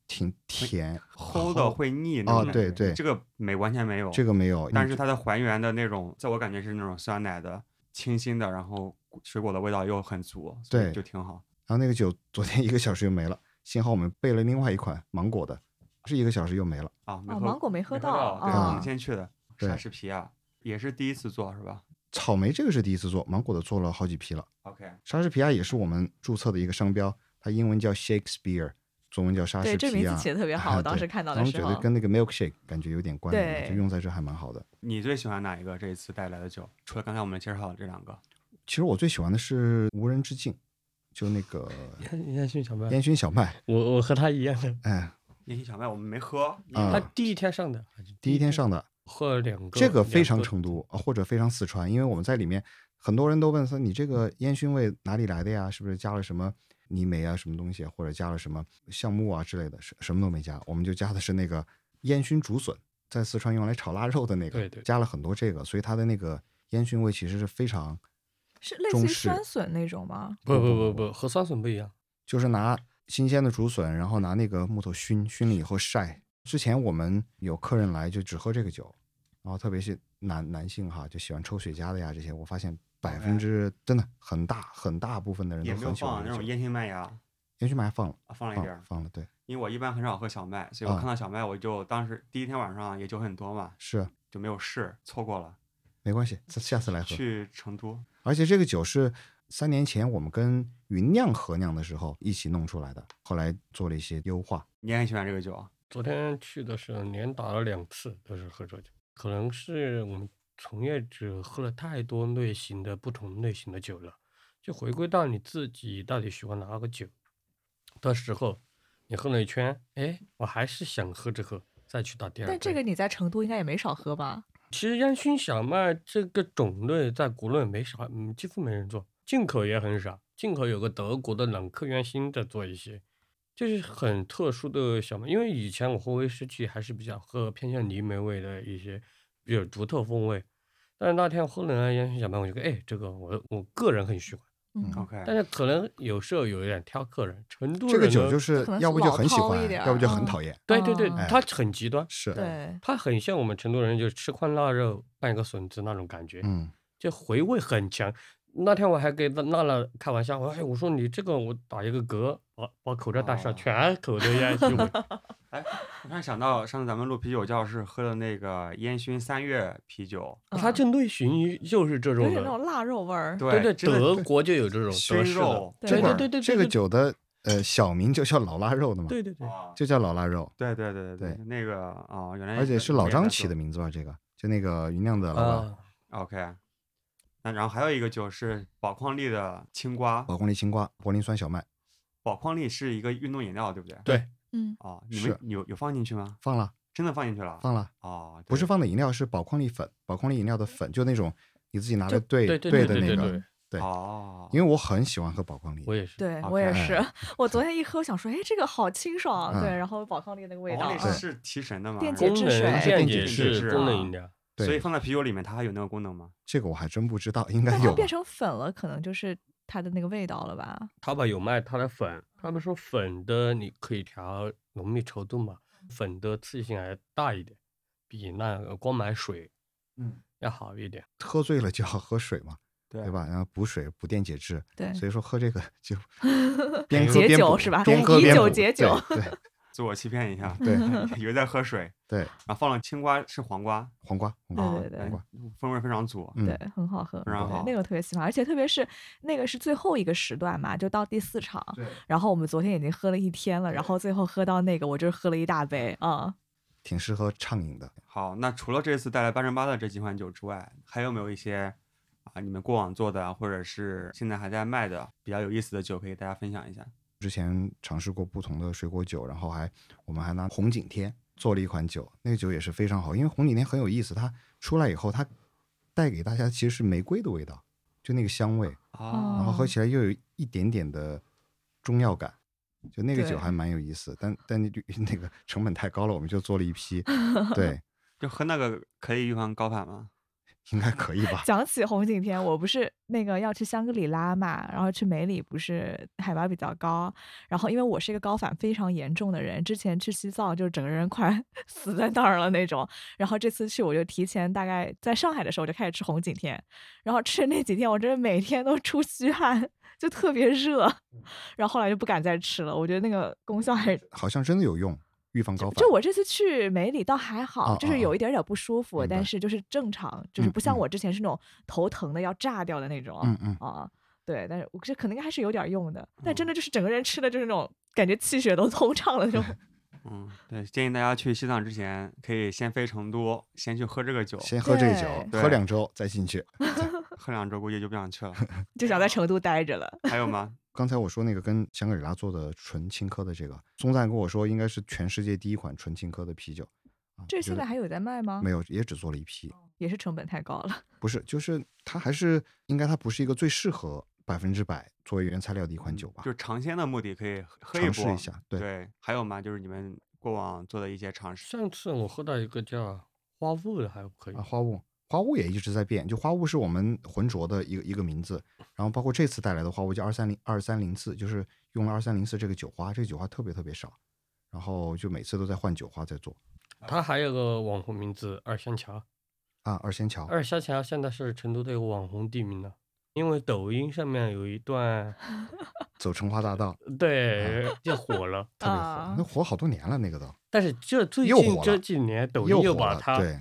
S4: 挺甜，
S1: 齁的会腻那
S4: 哦
S1: 种感觉。
S4: 对对
S1: 这个没完全没有。
S4: 这个没有。
S1: 哦但
S4: 你
S1: 是它的还原的那种，在我感觉是那种酸奶的清新的，然后水果的味道又很足，所以
S4: 对
S1: 就挺好。
S4: 然后那个酒昨天一个小时就没了，幸好我们备了另外一款芒果的，是一个小时又没了。
S1: 啊，没
S2: 哦，
S1: 喝
S2: 芒果没
S1: 没
S2: 喝
S1: 到，对，
S2: 啊
S1: 我们先去的
S4: 对
S1: 莎士比亚也是第一次做是吧
S4: 草莓这个是第一次做，芒果的做了好几批了。
S1: ？OK，
S4: 莎士比亚也是我们注册的一个商标，它英文叫 Shakespeare，中文叫莎
S2: 对，
S4: 士比
S2: 这
S4: 亚。
S2: 名字起的特 别好，
S4: 啊
S2: 我当
S4: 对
S2: 时看到
S4: 当
S2: 的
S4: 时
S2: 时
S4: 觉
S2: 候
S4: 得，跟那个 milkshake 感觉有点关联嘛，
S2: 对
S4: 就用在这还蛮好的。
S1: 你最喜欢哪一个这一次带来的酒？除了刚才我们介绍的这两个，
S4: 其实我最喜欢的是无人之境，就那 个
S3: 烟熏小麦，
S4: 烟熏小麦，
S3: 我我和他一样的，
S4: 哎，
S1: 烟熏小麦我们没喝，
S4: 啊
S3: 他第一天上的，还是
S4: 第一天上的
S3: 喝了两个，嗯
S4: 这个非
S3: 两
S4: 常成都啊，或者非常四川，因为我们在里面，很多人都问说你这
S3: 嗯
S4: 个烟熏味哪里来的呀？是不是加了什么泥煤啊、什么东西，或者加了什么橡木啊之类的？什什么都没加，我们就加的是那个烟熏竹笋，在四川用来炒腊肉的那个，
S3: 对对
S4: 加了很多这个，所以它的那个烟熏味其实是非常，
S2: 是类
S4: 中
S2: 似于
S4: 式
S2: 酸笋那种吗？
S3: 不不不不，和酸笋不一样。
S4: 就是拿新鲜的竹笋，然后拿那个木头熏，熏了以后晒。之前我们有客人来就只喝这个酒，然后特别是男男性哈，就喜欢抽雪茄的呀这些，我发现百分之真的很大很大部分的人
S1: 也
S4: 都
S1: 没有
S4: 很喜
S1: 放啊
S4: 欢
S1: 那
S4: 嗯这
S1: 种
S4: 个酒。
S1: 烟熏麦芽，
S4: 烟熏麦放了，
S1: 啊放了一
S4: 放
S1: 点
S4: 了
S1: 儿。
S4: 放了，对，
S1: 因为我一般很少喝小麦，所以我
S4: 啊
S1: 看到小麦我就当时第一天晚上也酒很多嘛，
S4: 是
S1: 就没有试，错过了。
S4: 没关系，下下次来喝。
S1: 去成都，
S4: 而且这个酒是三年前我们跟云酿合酿的时候一起弄出来的，后来做了一些优化。
S1: 你也很喜欢这个酒啊？
S3: 昨天去的时候连打了两次，都是喝这酒。可能是我们从业者喝了太多类型的不同类型的酒了，就回归到你自己到底喜欢哪个酒的时候，你喝了一圈，哎，我还是想喝这个，再去打第二杯。
S2: 但这个你在成都应该也没少喝吧？
S3: 其实烟熏小麦这个种类在国内没啥，嗯，几乎没人做，进口也很少。进口有个德国的朗克原星在做一些，就是很特殊的小麦。因为以前我喝威士忌还是比较喝偏向泥煤味的一些比较独特风味，但是那天喝了烟熏小麦，我就觉得哎，这个我我个人很喜欢，
S2: 嗯，
S4: 嗯
S1: OK，
S3: 但是可能有时候有一点挑客人。成都
S4: 这个
S3: 人
S4: 酒
S3: 呢
S4: 就是
S2: 可能
S4: 要
S2: 是
S4: 不就
S2: 老
S4: 很喜
S2: 饕一
S4: 欢，
S2: 点
S4: 要不就
S2: 儿嗯
S4: 很讨厌。
S3: 对对对，
S2: 哎
S3: 它很极端，
S4: 是，
S2: 对，嗯
S3: 它很像我们成都人就吃块腊肉拌一个笋子那种感觉。
S4: 嗯，
S3: 就回味很强。那天我还给娜娜娜开玩笑，我说哎，我说你这个我打一个嗝，把把口罩戴上，
S1: 哦
S3: 全口都烟熏味。
S1: 哎，我突然想到上次咱们录啤酒教室喝的那个烟熏三月啤酒，
S3: 哦它
S2: 嗯
S3: 就类似于就是这
S2: 有
S3: 种
S2: 点那种
S3: 的，
S2: 腊肉味儿。
S1: 对
S3: 对，
S1: 真的
S3: 德国就有这种
S1: 熏
S3: 德式的
S1: 肉，，
S2: 对
S4: 这
S3: 对
S4: 会
S3: 对
S4: 儿
S3: 对对，
S4: 这个
S3: 对
S4: 酒的呃小名就叫老腊肉的嘛，
S3: 对对对，
S1: 哇
S4: 就叫老腊肉，
S1: 对对对
S4: 对
S1: 对，那个啊，原来
S4: 而且是老
S1: 我也在
S4: 张
S1: 做
S4: 起的。名字吧？这个就那个云酿的老板，
S3: 啊，
S1: OK，那然后还有一个酒是宝矿力的青瓜，
S4: 宝矿力青瓜、柏林酸小麦
S1: 宝矿力是一个运动饮料，对不对？
S3: 对，
S2: 嗯，
S1: 啊，你们
S4: 是
S1: 有有放进去吗？
S4: 放了
S1: 真的放进去了？
S4: 放了，
S1: 哦，
S4: 不是
S1: 对
S4: 放的饮料，是宝矿力粉，宝矿力饮料的粉，就那种你自己拿着兑
S3: 对对
S4: 兑的
S3: 对
S4: 那
S3: 对
S4: 个
S3: 对，，
S4: 对
S1: 哦，
S4: 因为我很喜欢喝宝矿力
S3: 我，也是。
S2: 对
S1: 好
S2: 我也
S1: 看
S2: 是，我昨天一喝想说，哎，这个好清爽，对，
S4: 嗯
S2: 然后宝矿力那个味
S1: 宝
S2: 道
S1: 矿力，
S2: 嗯
S1: 哦是提神的嘛，
S2: 电
S1: 然
S2: 解
S3: 功
S1: 后
S2: 质
S3: 能
S2: 水
S3: 电
S4: 电
S3: 解
S4: 解
S1: 质
S3: 质功能
S2: 啊
S3: 饮料，
S1: 所以
S4: 对，
S1: 放在啤酒里面，它还有那个功能吗？
S4: 这个我还真不知道，应该
S2: 但它
S4: 有吧
S2: 变成粉了，可能就是它的那个味道了吧？
S3: 淘宝有卖它的粉，他们说粉的你可以调浓密稠度嘛，粉的刺激性还大一点，比那个光买水
S1: 嗯，
S3: 要好一点。
S4: 喝醉了就要喝水嘛，
S1: 对
S4: 对？吧？然后补水补电解质，
S2: 对，
S4: 所以说喝这个就 边喝
S2: 解
S4: 边
S2: 酒
S4: 补
S2: 是吧
S4: 边喝
S2: 以
S4: 边
S2: 酒
S4: 补
S2: 解
S4: 对
S2: 酒
S4: 对
S1: 自我欺骗一下，
S4: 对
S1: 以为在喝水，
S4: 对，
S1: 然后放了青瓜是黄瓜，
S4: 黄瓜
S2: 对
S4: 黄瓜
S1: 啊
S2: 对
S4: 黄瓜，
S1: 风味非常足。
S4: 嗯
S2: 对，很好喝，
S1: 非常
S2: 对
S1: 好
S2: 那个我特别喜欢，而且特别是那个是最后一个时段嘛，就到第四场，
S4: 对。
S2: 然后我们昨天已经喝了一天了，然后最后喝到那个，我就是喝了一大杯啊、
S4: 挺适合畅饮的。
S1: 好，那除了这次带来八乘八的这几款酒之外，还有没有一些啊你们过往做的，或者是现在还在卖的比较有意思的酒，可以给大家分享一下？
S4: 之前尝试过不同的水果酒，然后还我们还拿红景天做了一款酒，那个酒也是非常好，因为红景天很有意思，它出来以后它带给大家其实是玫瑰的味道，就那个香味，
S1: 啊，
S4: 然后喝
S2: 哦
S4: 起来又有一点点的中药感，就那个
S2: 对？
S4: 酒还蛮有意思，但但那就 那个成本太高了，我们就做了一批，对，
S1: 就喝那个可以预防高反吗？
S4: 应该可以吧
S2: 讲起红景天，我不是那个要去香格里拉嘛，然后去梅里不是海拔比较高，然后因为我是一个高反非常严重的人，之前去西藏就整个人快 死在那儿了那种，然后这次去我就提前大概在上海的时候我就开始吃红景天，然后吃那几天我真的每天都出虚汗，就特别热，然后后来就不敢再吃了，我觉得那个功效还是
S4: 好像真的有用，预防高反。
S2: 就我这次去梅里倒还好，
S4: 哦
S2: 就是
S4: 哦
S2: 有一点点不舒服，
S4: 明白
S2: 但是就是正常，就是
S4: 嗯
S2: 不像
S4: 嗯
S2: 我之前是那种头疼的要炸掉的那种、
S4: 嗯嗯，哦
S2: 啊。对，但是我这可能还是有点用的，但真的就是整个人吃的就是那种感觉气血都 通畅了那 种。
S1: 嗯，对，建议大家去西藏之前，可以先飞成都，先去喝这个酒，
S4: 先喝这个
S2: 对
S4: 酒，
S1: 对
S4: 喝两周再进去。
S1: 喝两周估计就不想去了。
S2: 就想在成都待着了。
S1: 还有吗？
S4: 刚才我说那个跟香格里拉做的纯青稞的这个，松赞跟我说应该是全世界第一款纯青稞的啤酒。啊
S2: 这
S4: 我觉
S2: 现在
S4: 得
S2: 还有在卖吗？哦
S4: 没有，也只做了一批，
S2: 也是成本太高了。
S4: 不是，就是它还是应该它不是一个最适合百分之百作为原材料的一款酒吧
S1: 嗯就，尝鲜的目的可以啊喝喝一
S4: 尝试
S1: 波
S4: 一。下。对，
S1: 还有吗？就是你们过往做的一些尝试。
S3: 上次我喝到一个叫花雾的，还可以
S4: 啊，。花雾，花雾也一直在变，就花雾是我们浑浊的一个一个名字，然后包括这次带来的花雾叫二三零二三零四，就是用了二三零四这个酒花，这个酒花特别特别少，然后就每次都在换酒花在做
S3: 它还有个网红名字二仙桥，
S4: 啊，二仙桥，
S3: 二仙桥现在是成都的一个网红地名了，因为抖音上面有 一段
S4: 走成花大道，
S3: 对就火了。
S4: 特别火，
S2: 啊
S4: 那火好多年了那个都，
S3: 但是 这最
S4: 又
S3: 近
S4: 火
S3: 这
S4: 了
S3: 几年，抖
S4: 又
S3: 音又
S4: 火
S3: 把
S4: 了
S3: 它
S4: 对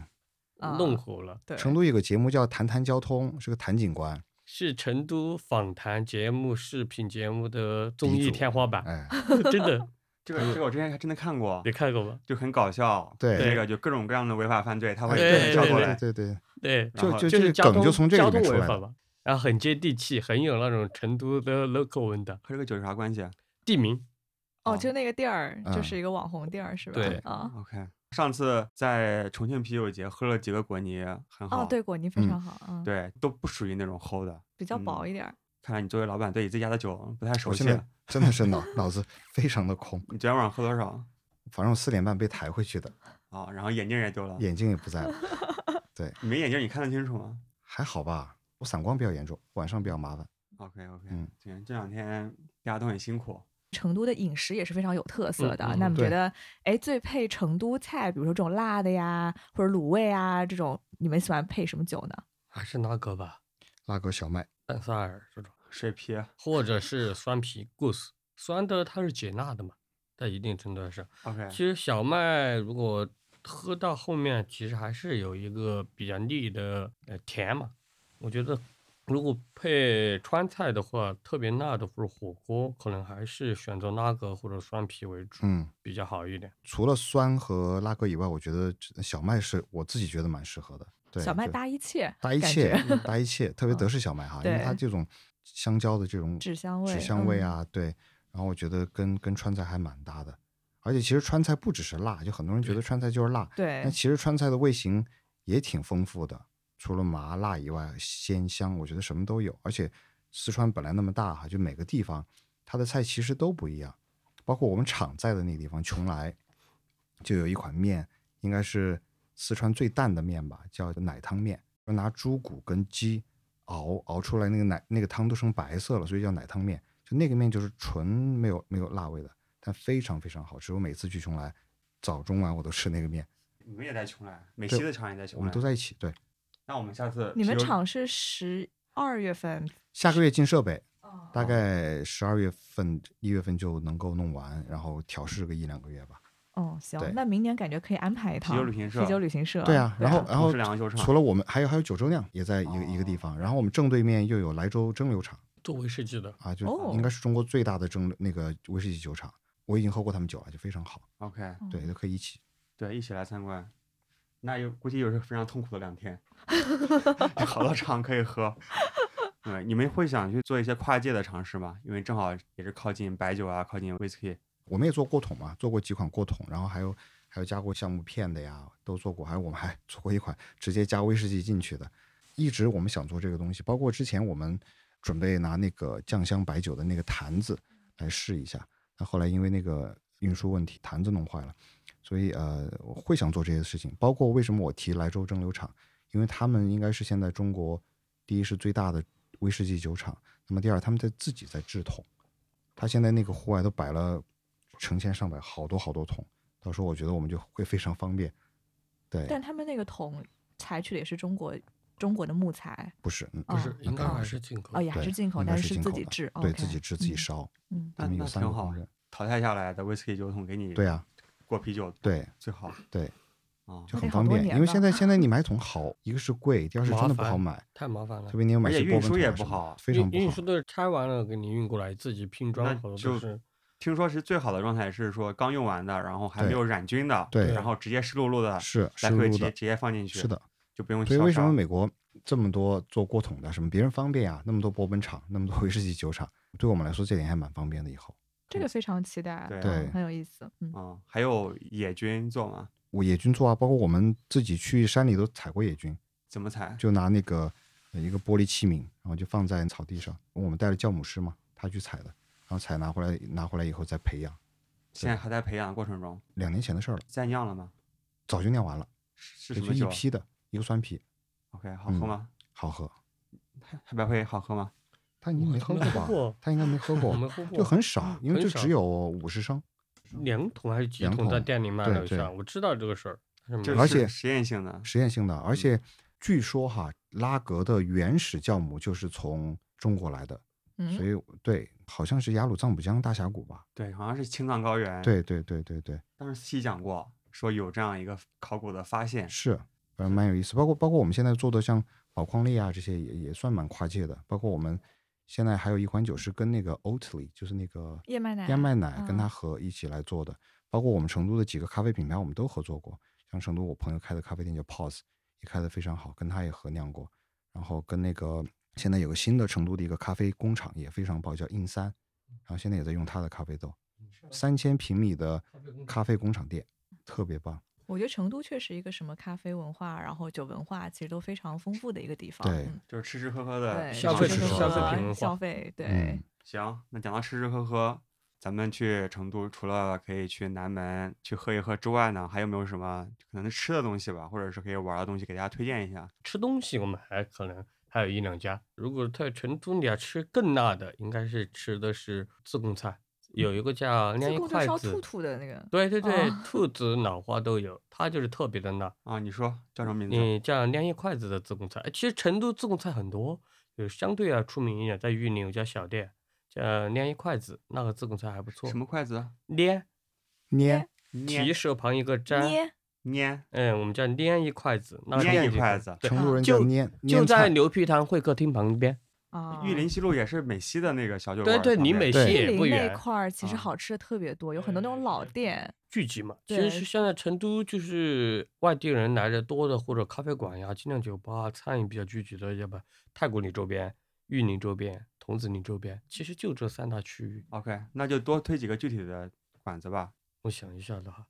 S2: 啊
S3: 弄火了，
S2: 对，
S4: 成都有个节目叫《谈谈交通》，是个谭警官，
S3: 是成都访谈节目、视频节目的综
S4: 鼻
S3: 艺
S4: 祖
S3: 天花板，
S4: 哎，
S3: 真的，
S1: 这个这个我之前还真的看过
S3: 你，看过吧？
S1: 就很搞笑。
S4: 对哎
S1: 这个就各种各样的违法犯罪，他会
S3: 对
S1: 跳
S3: 对
S1: 过
S3: 对
S1: 来。
S4: 对对，
S3: 对，
S1: 然
S4: 就
S1: 后
S4: 就
S3: 就
S4: 啊这
S3: 是
S4: 个
S3: 交
S4: 梗
S3: 通
S4: 就从这
S3: 交
S4: 里面
S3: 通
S4: 出
S3: 违
S4: 来
S3: 法
S4: 的，
S3: 吧，然后很接地气，很有那种成都的 local 文的
S1: 喝这个酒有啥关系
S3: 地名。
S2: 哦，就那个地儿，就
S4: 嗯
S2: 是一个网红地儿，是吧？
S3: 对
S2: 啊，
S1: ？OK，上次在重庆啤酒节喝了几个果泥，很好。
S2: 哦，对，果泥非
S4: 嗯
S2: 常好啊，
S1: 对都不属于那种齁的。
S2: 比较
S1: 嗯
S2: 薄一点儿。
S1: 看来你作为老板对你自己家的酒不太熟
S4: 我
S1: 悉
S4: 现。在真的是脑 脑子非常的空，
S1: 你昨天晚上喝多少？
S4: 反正我四点半被抬回去的，
S1: 啊、然后眼镜也丢了。
S4: 眼睛也不在 了，
S1: 你没眼镜，你看得清楚吗
S4: 还好吧，我散光比较严重，晚上比较麻烦。
S1: ？OK OK，
S4: 嗯
S1: 行，这两天大家都很辛苦。
S2: 成都的饮食也是非常有特色的。
S3: 嗯
S2: 那
S3: 嗯
S2: 你觉
S4: 对
S2: 得，哎，最配成都菜，比如说这种辣的呀，或者卤味啊这种，你们喜欢配什么酒呢？
S3: 还是那个吧，
S4: 拉格小麦，
S3: 淡萨尔这种，
S1: 水皮，
S3: 或者是酸皮 goose，酸的它是解辣的嘛，在一定程度上是。
S1: OK，
S3: 其实小麦如果喝到后面，其实还是有一个比较腻的呃甜嘛。我觉得如果配川菜的话，特别辣的或者火锅，可能还是选择拉格或者酸皮为主，
S4: 嗯，
S3: 比较好一点。
S4: 除了酸和拉格以外，我觉得这小麦是我自己觉得蛮适合的。对，
S2: 小麦
S4: 就
S2: 搭一切，
S4: 搭一
S2: 感
S4: 切嗯
S2: 觉，
S4: 搭一切， 特别德式小麦哈，因为它
S2: 对
S4: 这种香蕉的这种
S2: 纸香味
S4: 纸香味
S2: 嗯
S4: 啊，对。然后我觉得跟跟川菜还蛮搭的，而且其实川菜不只是辣，就很多人觉得川菜就是辣，
S2: 对
S4: 但，其实川菜的味型也挺丰富的，除了麻辣以外，鲜香，我觉得什么都有。而且四川本来那么大哈，就每个地方它的菜其实都不一样，包括我们厂在的那个地方邛崃，就有一款面，应该是四川最淡的面吧，叫奶汤面，拿猪骨跟鸡熬熬出来那个奶那个汤都成白色了，所以叫奶汤面。就那个面就是纯没有没有辣味的，但非常非常好吃。我每次去邛崃，早中晚我都吃那个面。
S1: 你们也在邛崃，美
S4: 对
S1: 西的厂也在邛崃，
S4: 我们都在一起。对，
S1: 那我们下次
S2: 你们
S1: 啤酒
S2: 厂是十二月份
S4: 下个月进设备，
S1: 哦
S2: 啊
S4: 大概十二月份、一月份就能够弄完，然后调试个一两个月吧。
S2: 哦，行
S4: 对，
S2: 那明年感觉可以安排一趟
S1: 酒旅行社
S2: 啤酒旅行社，
S4: 对啊，然后然
S1: 同
S4: 后
S1: 时两个酒厂
S4: 除了我们，还有还有九州酿也在一个、一个
S2: 哦
S4: 地方，然后我们正对面又有莱州蒸馏厂
S3: 做威士忌的，
S4: 啊，就
S2: 哦
S4: 应该是中国最大的蒸那个威士忌酒厂。我已经喝过他们酒了，就非常好，
S1: OK，
S4: 对，
S2: 嗯
S4: 都可以一起
S1: 对，一起来参观。那有估计又是非常痛苦的两 天，有好多厂可以喝。对，你们会想去做一些跨界的尝试吗？因为正好也是靠近白酒啊，靠近 whisky。
S4: 我们也做过桶嘛，做过几款过桶，然后还有还有加过橡木片的呀，都做过。还有我们还做过一款直接加威士忌进去的。一直我们想做这个东西，包括之前我们准备拿那个酱香白酒的那个坛子来试一下，那后来因为那个运输问题，坛子弄坏了，所以呃我会想做这些事情。包括为什么我提莱州蒸馏厂，因为他们应该是现在中国第一是最大的威士忌酒厂，那么第二他们在自己在制桶，他现在那个户外都摆了成千上百好多好多桶，到时候我觉得我们就会非常方便。对，
S2: 但他们那个桶采取的也是中国中国的木材
S4: 不是，嗯
S2: 哦
S3: 不是，应该
S2: 哦
S3: 还是进口
S2: 哦，也还
S4: 呃对，
S2: 是进口，
S4: 应
S2: 但
S4: 该
S2: 是
S4: 进
S2: 自
S4: 口
S2: 己
S4: 的
S2: 制，
S4: 对
S2: OK
S4: 自己制自己
S2: 嗯
S4: 烧。
S2: 嗯
S4: 他
S1: 那
S4: 们有
S1: 那
S4: 三个
S1: 挺
S4: 工
S1: 好
S4: 人，，
S1: 淘汰下来的 whisky 酒桶给你
S4: 对啊，
S1: 过啤酒
S4: 对
S1: 最好
S4: 对，
S1: 啊。
S2: 那
S4: 就
S2: 得
S4: 很
S2: 好
S4: 方
S2: 多
S4: 便。
S2: 年
S4: 因为
S2: 吧
S4: 现在现在你买桶好，一个是贵，第二是
S3: 麻
S4: 真的不好
S3: 烦
S4: 买，
S3: 太麻烦了
S4: 特。别你要买
S1: 而且
S4: 些
S1: 运
S4: 波本
S1: 输
S4: 桶
S1: 也
S4: 啊
S1: 不
S4: 什么的
S1: 好
S4: 非常不
S3: 运运
S4: 好
S3: 输。都是拆完了给你运过来，自己拼
S1: 那
S3: 装好多
S1: 就
S3: 都是。
S1: 听说是最好的状态是说刚用完的，然后还没
S4: 对
S1: 有染菌的，
S4: 对
S1: 然后直接湿漉漉的，
S4: 是湿
S1: 来回直
S4: 漉漉
S1: 接
S4: 的，
S1: 直接放进去，
S4: 是的。
S1: 就不用
S4: 所以
S1: 消
S4: 为什么
S1: 杀
S4: 美国这么多做过桶的，什么别人方便啊？那么多波本厂，那么多威士忌酒厂，对我们来说这点还蛮方便的。以后
S2: 这个非常期待，
S1: 对
S4: 对
S2: 嗯很有意思，嗯，
S1: 啊？还有野菌做吗？
S4: 我野菌做啊，包括我们自己去山里都采过野菌，
S1: 怎么采？
S4: 就拿那个呃一个玻璃器皿，然后就放在草地上。我们带了酵母师嘛，他去采的，然后采拿回来，拿回来以后再培养。
S1: 现在还在培养过程中，
S4: 两年前的事儿了，
S1: 在酿了吗？
S4: 早就酿完了，
S1: 是是
S4: 也
S1: 什
S4: 就
S1: 么
S4: 一
S1: 酒啊
S4: 批的，一个酸啤，
S1: ？OK，好喝
S4: 嗯
S1: 吗？
S4: 好喝。
S1: 黑白会好喝吗？
S4: 他应该
S3: 我
S4: 没
S3: 还
S4: 喝
S3: 没
S4: 过
S3: 喝
S4: 吧？
S3: 过
S4: 他应该没喝
S3: 我
S4: 过，
S3: 们喝过，
S4: 就很少，因为
S3: 很
S4: 就
S3: 少
S4: 只有五十升。
S3: 两桶还是几
S4: 两
S3: 桶在
S4: 桶
S3: 店里卖
S4: 对
S3: 了一
S4: 对
S3: 下，我知道这个事儿，但是
S1: 这
S3: 没
S1: 是
S4: 而
S3: 有
S4: 且
S1: 实验性的，
S4: 实验性的，而
S1: 嗯
S4: 且据说哈，拉格的原始酵母就是从中国来的，所
S2: 嗯，
S4: 以对，好像是雅鲁藏布江大峡谷吧？
S1: 对，好像是青藏高原。，
S4: 对对对对对，
S1: 当时西讲过，说有这样一个考古的发现。
S4: 是，反正蛮有意思。包括包括我们现在做的像宝矿力啊这些也也算蛮跨界的，包括我们现在还有一款酒是跟那个 Oatly，就是那个
S2: 燕麦奶，
S4: 燕麦奶跟它
S2: 嗯
S4: 合一起来做的，包括我们成都的几个咖啡品牌，我们都合作过。像成都我朋友开的咖啡店叫 Pause，也开得非常好，跟他也合酿过。然后跟那个现在有个新的成都的一个咖啡工厂也非常棒，叫印三，然后现在也在用他的咖啡豆，三千平米的嗯咖啡工厂店，特别棒。
S2: 我觉得成都确实一个什么咖啡文化，然后酒文化其实都非常丰富的一个地方，
S4: 对
S2: 嗯
S1: 就是吃吃喝喝的
S2: 对，
S3: 消
S1: 尝
S3: 费
S2: 吃
S1: 试
S2: 喝
S1: 过
S4: 品消
S1: 的
S3: 费
S2: 喝
S3: 品文化
S2: 消费，对
S4: 嗯，，
S1: 行，那讲到吃吃喝喝，咱们去成都除了可以去南门去喝一喝之外呢，还有没有什么可能是吃的东西吧，或者是可以玩的东西给大家推荐一下？
S3: 吃东西，我们还可能还有一两家。如果在成都你要吃更辣的，应该是吃的是自贡菜，有一个叫
S2: 自
S3: 晾衣
S2: 贡就
S3: 筷
S2: 烧
S3: 子，
S2: 兔兔的那个，
S3: 对对 对，
S2: 哦
S3: 兔子、脑花都有，它就是特别的辣。
S1: 啊，你说叫什么名字？
S3: 你叫晾衣筷子的自贡菜，哎其实成都自贡菜很多，有相对啊出名一点，在玉林有家小店叫晾衣筷子，那个自贡菜还不错
S1: 什。么筷子？
S3: 捏，
S4: 捏
S1: 捏
S3: 提手旁一个粘，
S2: 捏，
S1: 捏
S3: 嗯，我们叫捏一筷子，那个
S1: 捏一
S3: 地方
S1: 筷子。
S3: 对
S4: 成都人叫
S3: 就
S4: 捏，
S3: 就
S4: 捏
S3: 在
S4: 菜
S3: 牛皮糖会客厅旁边。
S2: 啊，
S1: 玉林西路也是美西的那个小酒
S3: 对
S1: 馆儿旁
S3: 对，
S1: 边，
S3: 离美西
S4: 对
S3: 也
S2: 玉
S3: 不
S2: 林
S3: 远
S2: 那，块儿其实
S1: 啊
S2: 好吃的特别多，有很多那种老店，
S3: 聚集嘛。其实
S2: 对
S3: 是现在成都就是外地人来的多的，或者咖啡馆呀、精酿酒吧、餐饮比较聚集的，要不太古里周边、玉林周边、桐梓林周边，其实就这三大区域。
S1: OK，那就多推几个具体的馆子吧。
S3: 我想一下的哈，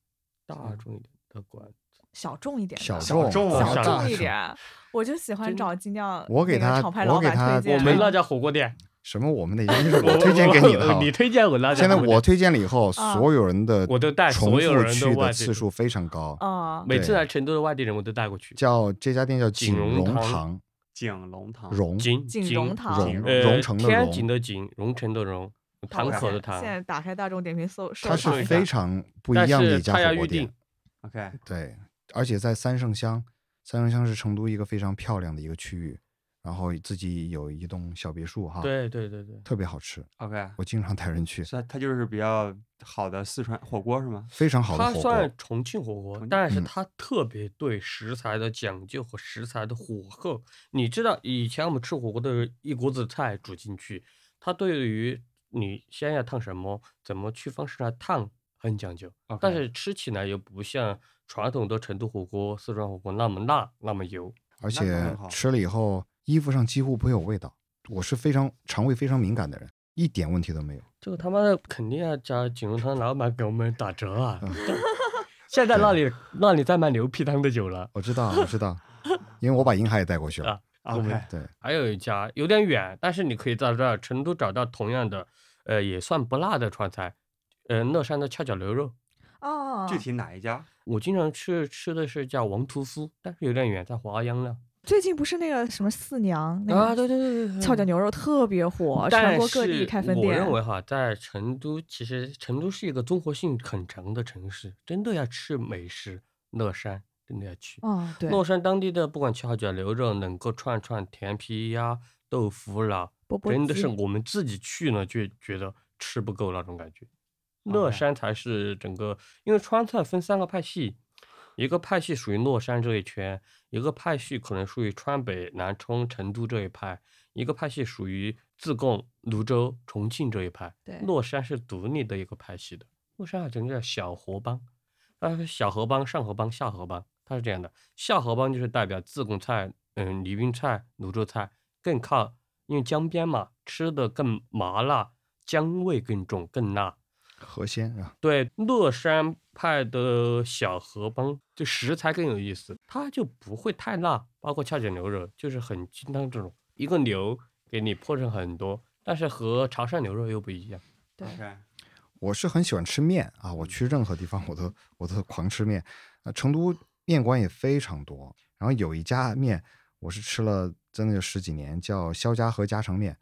S3: 大众一点的馆，
S2: 小众一点的，
S4: 小
S1: 小
S4: 众
S1: 众
S2: 小
S3: 小
S2: 众
S3: 众
S2: 一点儿，我就喜欢
S3: 真
S2: 找尽量
S4: 我给
S2: 那个
S4: 他
S2: 厂牌
S4: 我
S2: 老
S4: 给
S2: 板
S4: 他
S2: 推荐，
S3: 我们那家火锅店，
S4: 什么我们的 研究是
S3: 我
S4: 我推荐给你的
S3: 我
S4: 哈。
S3: 你推荐我那家
S4: 现在
S3: 火锅
S4: 我
S3: 店。
S4: 推荐了以后，
S3: 嗯
S2: 啊
S4: 所有人的
S3: 我都带
S4: 重
S3: 所有
S4: 复
S3: 人都
S4: 去
S3: 外
S4: 的
S3: 地
S4: 次数非常高。
S3: 嗯
S2: 啊，
S3: 每次
S4: 对
S3: 来成都的外地人，我都带过去。
S4: 叫这家店叫
S3: 锦
S4: 锦
S3: 荣
S4: 荣
S3: 堂
S4: 堂，
S1: 景龙堂，
S4: 荣
S3: 锦
S2: 锦
S3: 锦
S2: 荣堂
S1: 锦
S4: 荣
S1: 荣
S3: 呃
S4: 荣城的
S3: 天井
S4: 荣，
S3: 的井，荣城的荣，堂口的堂
S2: 现。在打开大众点评搜，
S4: 它
S2: 搜
S4: 是
S2: 一
S4: 非
S2: 下
S4: 常不
S3: 但
S4: 一样的
S3: 是
S4: 一家
S3: 他要
S4: 火
S3: 预
S4: 锅
S3: 定
S4: 店。，
S1: OK，
S4: 对，而且在三圣乡，三圣乡是成都一个非常漂亮的一个区域，然后自己有一栋小别墅哈，，
S3: 对对对对，
S4: 特别好吃，
S1: OK，
S4: 我经常带人去，
S1: 所以它就是比较好的四川火锅是吗？
S4: 非常好
S3: 它
S4: 的火锅
S3: 算。重庆火锅
S1: 重，
S3: 但是
S4: 嗯
S3: 它特别对食材的讲究和食材的火候。你知道以前我们吃火锅都是一锅子菜煮进去，它对于你先要烫什么，怎么去方式来烫很讲究
S1: OK
S3: 但是吃起来又不像传统的成都火锅、四川火锅那么辣、那么油。
S4: 而
S1: 那那
S4: 且
S1: 很好
S4: 吃了以后衣服上几乎不会有味道。我是非常肠胃非常敏感的人，一点问题都没有。
S3: 这个他妈的肯定要啊叫锦荣汤老板给我们打折啊！ 现在那里那里在卖牛皮汤的酒了。
S4: 我知道，我知 道，因为我把银海也带过去了
S3: 啊。
S1: OK，
S4: 对，
S3: 还有一家有点远，但是你可以在这儿成都找到同样的，呃，也算不辣的川菜，呃，乐山的翘脚牛肉。
S2: 哦，
S1: 具体哪一家？
S3: 我经常去吃的是叫王屠夫，但是有点远，在华阳了。
S2: 最近不是那个什么四娘那个
S3: 啊，对对对对，对
S2: 翘脚牛肉特别火，
S3: 但
S2: 全国各地
S3: 是
S2: 开分
S3: 我
S2: 店。啊
S3: 认为哈，在成都，其实成都是一个综合性很强的城市，真的要吃美食，乐山真的要去。
S2: 哦，对，
S3: 乐山当地的不管翘脚牛肉、冷锅串串、甜皮鸭、豆腐脑，
S2: 钵钵
S3: 真的是
S2: 鸡
S3: 我们自己去呢，就觉得吃不够那种感觉。乐
S1: OK
S3: 山才是整个，因为川菜分三个派系，一个派系属于乐山这一圈，一个派系可能属于川北、南充、成都这一派，一个派系属于自贡、泸州、重庆这一派。
S2: 对
S3: 乐山是独立的一个派系的，乐山好像叫小河帮，呃，小河帮、上河帮、下河帮，它是这样的。下河帮就是代表自贡菜、嗯，宜宾菜、泸州菜，更靠因为江边嘛，吃的更麻辣，姜味更重、更辣。
S4: 河鲜啊，
S3: 对乐山派的小河帮，就食材更有意思，它就不会太辣，包括翘脚牛肉就是很清汤这种，一个牛给你泼成很多，但是和潮汕牛肉又不一样。
S2: 对
S1: OK，
S4: 我是很喜欢吃面啊，
S1: 嗯
S4: 我去任何地方我都我都狂吃面。啊，成都面馆也非常多，然后有一家面我是吃了真的有十几年，叫肖家河家常面，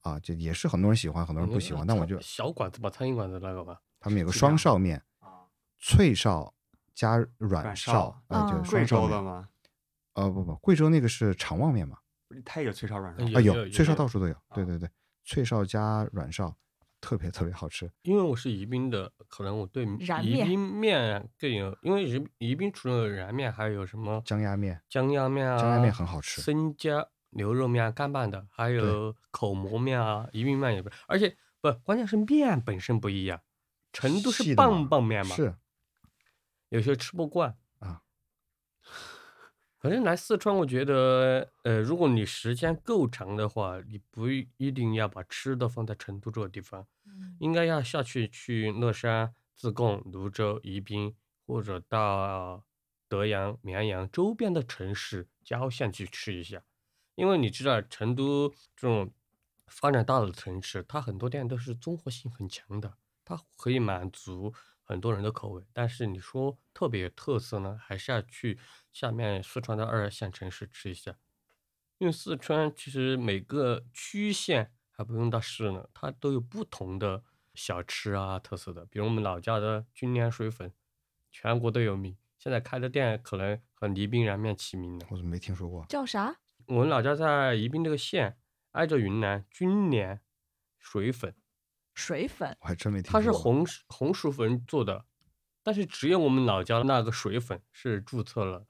S4: 啊，这也是很多人喜欢，很多人
S3: 嗯
S4: 不喜
S3: 那
S1: 哦
S4: 欢，但我
S3: 苍
S4: 就
S3: 小馆子吧，苍蝇馆子那个吧，
S4: 他们有个
S1: 是这
S4: 双
S1: 样
S4: 哨面，
S1: 啊，
S4: 脆哨加
S1: 软
S4: 软
S1: 哨
S4: 哨，啊，
S2: 啊
S4: 对，
S1: 贵
S4: 双哨
S1: 州
S4: 面
S1: 的。吗？
S4: 呃，不不，贵州那个是肠旺面嘛？
S1: 它也有脆烧软
S2: 哎
S3: 嗯
S1: 肉
S4: 啊，
S3: 有有
S4: 有
S3: 有啊
S4: 脆哨
S3: 有
S4: 到处都有。对对对，脆哨加软哨，特别特别好吃。
S3: 因为我是宜宾的，可能我对
S2: 燃
S3: 宜
S2: 面
S3: 宾面啊更有，因为宜宜宾除了有燃面，还有什么
S4: 江鸭面，
S3: 江鸭面啊，
S4: 江鸭面很好吃
S3: 生姜牛肉面啊，干拌的，还有口蘑面啊，宜宾面也不，而且不，关键是面本身不一样，成都
S4: 细
S3: 是
S4: 的嘛
S3: 棒棒面嘛，
S4: 是
S3: 有些吃不惯
S4: 啊。
S3: 反正来四川，我觉得，呃，如果你时间够长的话，你不一定要把吃的放在成都这个地方，
S2: 嗯
S3: 应该要下去去乐山、自贡、泸州、宜宾，或者到德阳、绵阳周边的城市郊县去吃一下，因为你知道成都这种发展大的城市，它很多店都是综合性很强的，它可以满足很多人的口味。但是你说特别有特色呢，还是要去下面四川的二线城市吃一下，因为四川其实每个区县还不用到市呢，它都有不同的小吃啊特色的，比如我们老家的军粮水粉，全国都有名。现在开的店可能和宜宾燃面齐名呢。
S4: 我怎么没听说过？
S2: 叫啥？
S3: 我们老家在宜宾这个县，挨着云南军粮水粉，
S2: 水粉
S4: 我还真没听
S3: 它
S4: 说过。
S3: 是红薯红薯粉做的，但是只有我们老家那个水粉是注册了，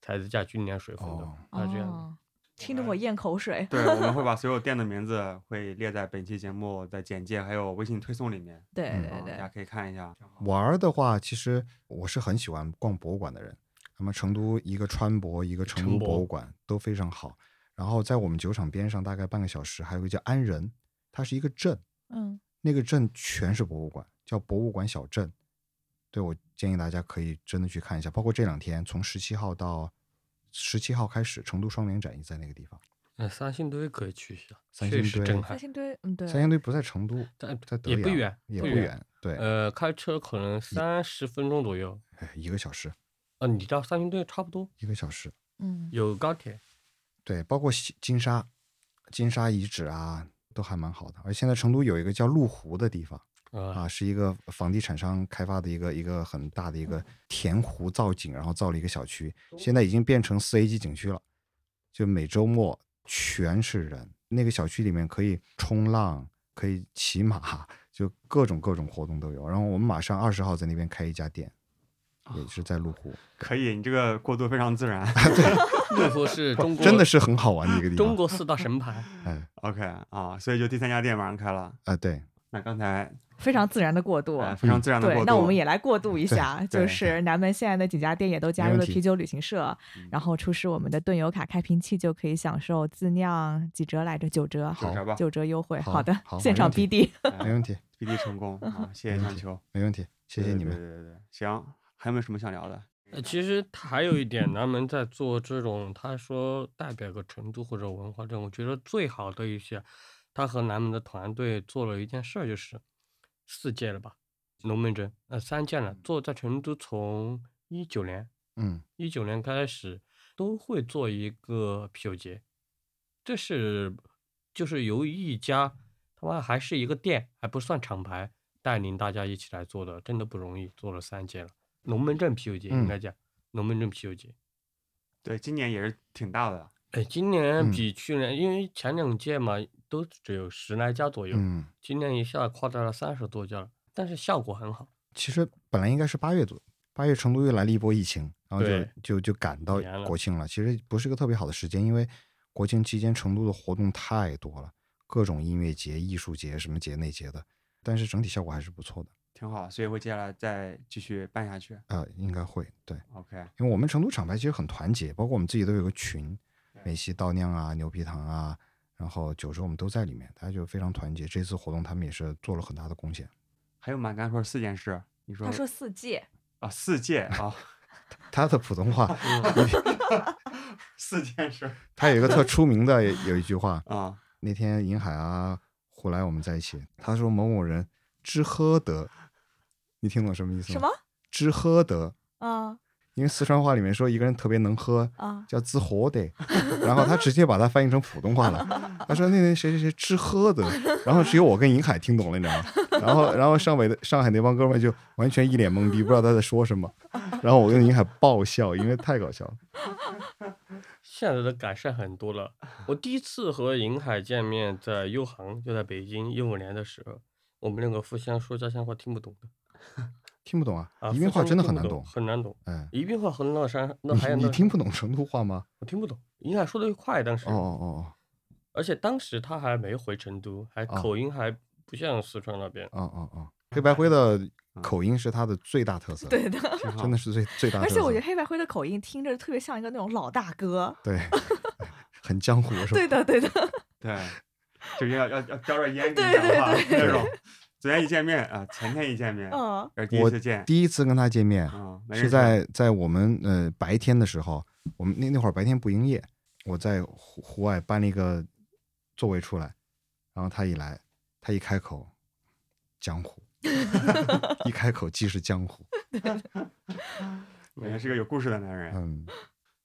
S3: 才是叫军粮水粉的
S4: 哦，
S3: 它啊是这样的。
S2: 哦，听得我咽口水。
S1: 对，我们会把所有店的名字会列在本期节目的简介还有微信推送里面，
S2: 对
S4: 嗯
S2: 对
S1: 啊大家
S2: 对，
S1: 可以看一下。
S4: 玩儿的话，其实我是很喜欢逛博物馆的人。那么成都一个川博，一个成
S3: 城
S4: 都博
S3: 博
S4: 物馆都非常好。然后在我们酒厂边上，大概半个小时，还有一个叫安仁，它是一个镇，
S2: 嗯，
S4: 那个镇全是博物馆，叫博物馆小镇。对，我建议大家可以真的去看一下，包括这两天，从十七号到十七号开始，成都双年展也在那个地方。
S3: 嗯，三星堆可以去一下，
S4: 三
S3: 确
S4: 星
S3: 实
S4: 堆
S3: 震
S2: 三
S3: 撼。
S2: 星堆，嗯对，
S4: 三星堆不在成都，
S3: 但
S4: 在德
S3: 也不
S4: 阳
S3: 远
S4: 也
S3: 不
S4: 不
S3: 远
S4: 远，对，
S3: 呃，开车可能三十分钟左右。
S4: 哎一个小时，
S3: 啊，你到三星堆差不多，
S4: 一个小时。
S2: 嗯
S3: 有高铁。
S4: 对，包括西金沙、金沙遗址啊，都还蛮好的。而现在成都有一个叫麓湖的地方
S3: 啊
S4: 啊，是一个房地产商开发的一个一个很大的一个填湖造景，然后造了一个小区，现在已经变成四 A 级景区了。就每周末全是人，那个小区里面可以冲浪，可以骑马，就各种各种活动都有。然后我们马上二十号在那边开一家店，也是在麓湖，
S1: 可以，你这个过渡非常自然。
S3: 乐福是中国
S4: 真的是很好玩的一个地方。
S3: 中国四大神牌。
S4: 哎
S1: OK 啊，所以就第三家店马上开了。
S4: 啊，对，
S1: 那刚才
S2: 非常自然的过渡。啊
S1: 呃非常自然的过
S2: 对
S1: 渡，，
S2: 那我们也来过渡一
S4: 对
S2: 下，
S1: 对
S2: 就是南门现在的几家店也都加
S4: 没
S2: 入了
S4: 问题
S2: 啤酒旅行社
S1: 嗯，
S2: 然后出示我们的盾友卡开瓶器就可以享受自酿几折来着，九折，
S1: 九折吧
S2: 九折优惠。
S4: 好
S2: 的
S4: 好，
S2: 现
S4: 没
S2: 场
S4: 问题
S2: BD。
S4: 没问题，
S1: p d 成功啊！谢谢
S4: 没问
S1: 香
S4: 题
S1: 球，
S4: 没问题，谢谢
S1: 对
S4: 你
S1: 对
S4: 们。
S1: 对对对，行，还有没有什么想聊的？
S3: 呃，其实他还有一点，南门在做这种，他说代表个成都或者文化这种，我觉得最好的一些，他和南门的团队做了一件事儿，就是四届了吧，龙门阵，呃，三届了，做在成都从一九年
S4: 嗯，
S3: 一九年开始都会做一个啤酒节，这是就是由一家他妈还是一个店，还不算厂牌，带领大家一起来做的，真的不容易，做了三届了。龙门阵啤酒节
S4: 嗯
S3: 应该讲，龙门阵啤酒节，
S1: 对，今年也是挺大的，
S3: 哎，今年
S4: 嗯
S3: 比去年，因为前两届嘛都只有十来家左右，
S4: 嗯，
S3: 今年一下扩大了三十多家了，但是效果很好。
S4: 其实本来应该是八月左右，八月成都又来了一波疫情，然后就
S3: 对
S4: 就就赶到
S3: 年了
S4: 国庆了。其实不是个特别好的时间，因为国庆期间成都的活动太多了，各种音乐节、艺术节、什么节那节的，但是整体效果还是不错的
S1: 挺好，所以会接下来再继续办下去。
S4: 啊、应该会对，
S1: OK，
S4: 因为我们成都厂牌其实很团结，包括我们自己都有个群，美西倒酿啊、牛皮糖啊，然后酒州我们都在里面，大家就非常团结。这次活动他们也是做了很大的贡献。
S1: 还有吗？刚才说四件事，你说
S2: 他说四届，
S1: 啊，四件啊，
S4: 他的普通话，
S1: 四件事
S4: 他有一个特出名的有一句话，
S1: 啊，
S4: 那天银海啊、胡来我们在一起，他说某某人知喝得，你听懂什么意思
S2: 什
S4: 吗？
S2: 么？
S4: 知喝得，
S2: 啊
S4: 因为四川话里面说一个人特别能喝，
S2: 啊，
S4: 叫知喝得，然后他直接把它翻译成普通话了。他说那那谁谁谁知喝的，然后只有我跟银海听懂了，你知道吗？然后然后上北的上海那帮哥们儿就完全一脸懵逼，不知道他在说什么。然后我跟银海爆笑，因为太搞笑了。
S3: 现在的改善很多了。我第一次和银海见面在优航，就在北京一五年的时候，我们那个互相说家乡话听不懂的
S4: 听不懂啊
S3: 啊，，
S4: 宜宾话
S3: 互相
S4: 真的
S3: 听
S4: 很
S3: 不
S4: 难
S3: 懂，
S4: 懂。
S3: 很难懂。
S4: 哎，
S3: 宜宾话和乐山那还有
S4: 你
S3: 那
S4: 你听不懂成都话吗？
S3: 我听不懂，银海说的快，当时，
S4: 哦哦哦
S3: 而且当时他还没回成都，还
S4: 啊
S3: 口音还不像四川那边。
S4: 哦哦哦哦，黑白灰的口音是他的最大特色，
S2: 嗯对的。
S1: 挺好
S4: 真的是最最大特
S2: 而
S4: 色。
S2: 且我觉得黑白灰的口音听着特别像一个那种老大哥。
S4: 对，哎很江湖是吧？
S2: 对的，对的，
S1: 对，就是要要要叼着 烟跟你
S2: 对
S1: 讲
S2: 对
S1: 话
S2: 对
S1: 那种。昨天一见面啊，前天一见面，
S2: 嗯，
S1: 这是第一
S4: 我
S1: 次见，
S4: 第一次跟他见面，
S1: 嗯，没
S4: 是
S1: 认识
S4: 在在我们呃白天的时候，我们那那会儿白天不营业，我在户户外搬了一个座位出来，然后他一来，他一开口，江 湖，一开口即是江湖，
S1: 感觉是个有故事的男人。
S4: 嗯，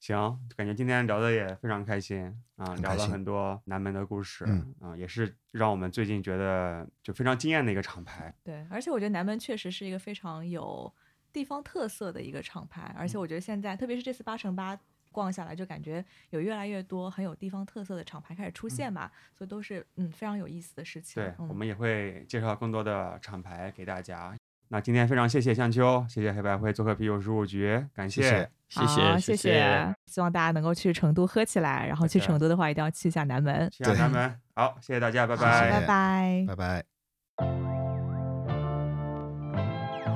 S1: 行，感觉今天聊的也非常开心啊，
S4: 很
S1: 聊
S4: 开
S1: 了
S4: 心
S1: 很多南门的故事，
S4: 嗯
S1: 啊，也是让我们最近觉得就非常惊艳的一个厂牌。
S2: 对，而且我觉得南门确实是一个非常有地方特色的一个厂牌，而且我觉得现在，特别是这次八乘八逛下来，就感觉有越来越多很有地方特色的厂牌开始出现吧，所以都是嗯非常有意思的事情。
S1: 对，
S2: 嗯、
S1: 我们也会介绍更多的厂牌给大家。那今天非常谢谢向秋，谢谢黑白灰做客啤酒事务局，感
S4: 谢哦谢
S3: 谢
S2: 好
S3: 谢
S2: 谢
S3: 谢，
S2: 希望大家能够去成都喝起来，然后去
S1: 对
S2: 成都的话一定要去一下南门。
S1: 谢谢
S4: 对
S1: 咱们，好，谢谢大家，拜
S4: 好
S1: 拜。
S2: 拜拜。
S4: 拜拜。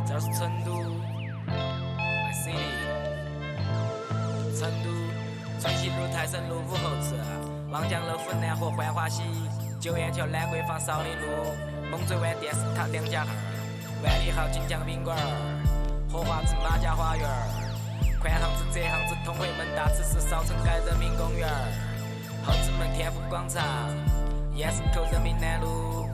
S5: 这是成都，My City，成都春熙路、泰升路、武侯祠、望啊江楼、府南河、浣花溪、九眼桥、兰桂坊、少林路、猛嘴湾电视塔两家巷、万里豪锦江宾馆儿、荷花池马家花园儿、宽巷子、窄巷子、通惠门、大慈寺、少城街人民公园儿、后子门、天府广场、燕市口人民南路。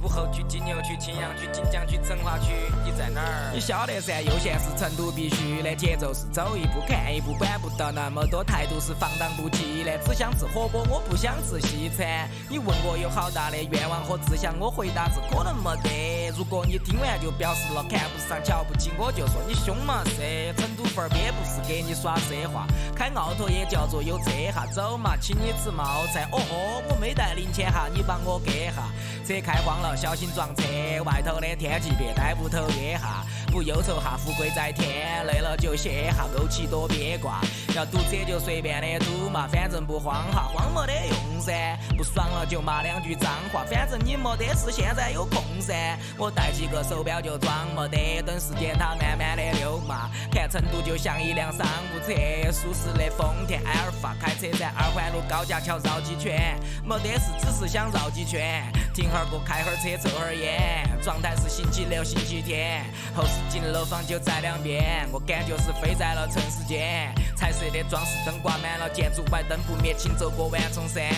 S5: 武侯区、金牛区、青羊区、锦江区、成华区，你在哪儿？你晓得噻，悠闲是成都必须的节奏，是走一步看一步，管不到那么多，态度是放荡不羁的，只想吃火锅，我不想吃西餐。你问我有好大的愿望和志向，我回答是可能没得。如果你听完就表示了看不上、瞧不起，我就说你凶嘛噻。成都范儿憋不是给你耍奢华，开奥拓也叫做有车哈，走嘛，请你吃冒菜。哦豁，我没带零钱哈，你帮我给哈。车开慌了，小心撞车。外头的天气别待屋头憋哈，不忧愁哈，富贵在天。累了就歇哈，怄气多别挂。要堵车就随便的堵嘛，反正不慌哈，慌没得用噻。不爽了就骂两句脏话，反正你没得事，现在有空噻。我戴几个手表就装没得，等时间它慢慢的溜嘛。看成都就像一辆商务车，舒适的丰田埃尔法，开车在二环路高架桥绕几圈，没得事，只是想绕几圈，停会儿过，开会儿车，抽会儿烟，状态是星期六、星期天，后视镜楼房就在两边，我感觉是飞在了城市间，彩色的装饰灯挂满了建筑外，灯不灭，请走过万重山。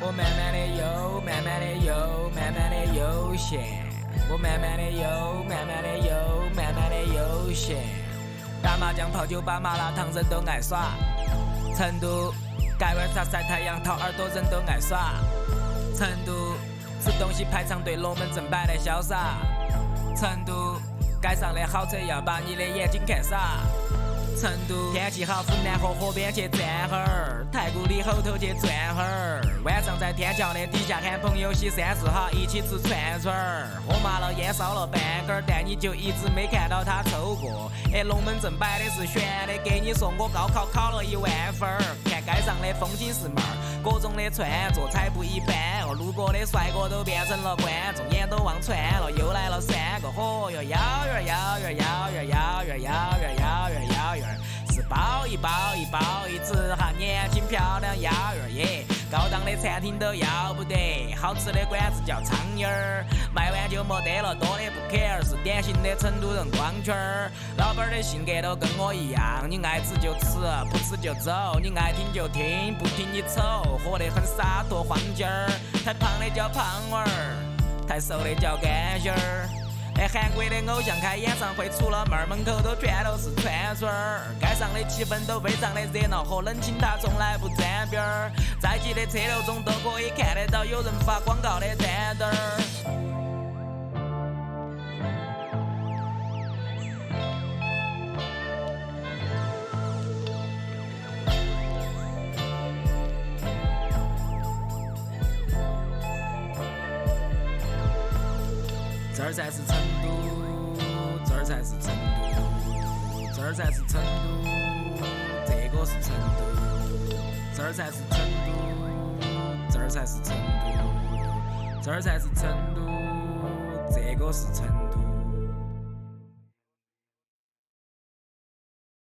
S5: 我慢慢的游，慢慢的游，慢慢的悠闲。我慢慢的游，慢慢的游，慢慢的悠闲。打麻将、泡酒吧、麻辣烫，人都爱耍。成都盖碗茶、晒太阳、掏耳朵，人都爱耍。成都吃东西排长队，龙门阵摆的潇洒。成都街上的好车要把你的眼睛看傻。成都天气好，湖南河河边去转会儿，太古里后头去转会儿，晚上在天桥的底下喊朋友洗三四好，一起吃串串儿，喝麻了烟烧了半根儿，但你就一直没看到他抽过。哎，龙门阵摆的是悬的，给你说我高考考了一万分儿，看街上的风景是嘛儿，各种的穿着才不一般哦，路过的帅哥都变成了观众，眼都望穿了，又来了三个，嚯哟，摇呀摇呀摇呀摇呀摇呀摇呀摇呀，是包一包一包一吃哈，年轻漂亮幺儿耶，高档的餐厅都要不得，好吃的馆子叫苍蝇儿，卖完就没得了，多的不 care，是典型的成都人光圈儿。老板儿的性格都跟我一样，你爱吃就吃，不吃就走，你爱听就听，不听你丑，活得很洒脱荒筋儿，太胖的叫胖娃儿，太瘦的叫干心儿。哎，韩国的偶像开演唱会，出了门儿门口都全都是串串儿，街上的气氛都非常的热闹和冷清，它从来不沾边儿。在挤的车流中都可以看得到有人发广告的单单儿。这儿才是成都，这儿才是成都，这儿才是成都，这个是成都，这儿才是成都，这儿才是成都，这儿才是成都，这个是成都。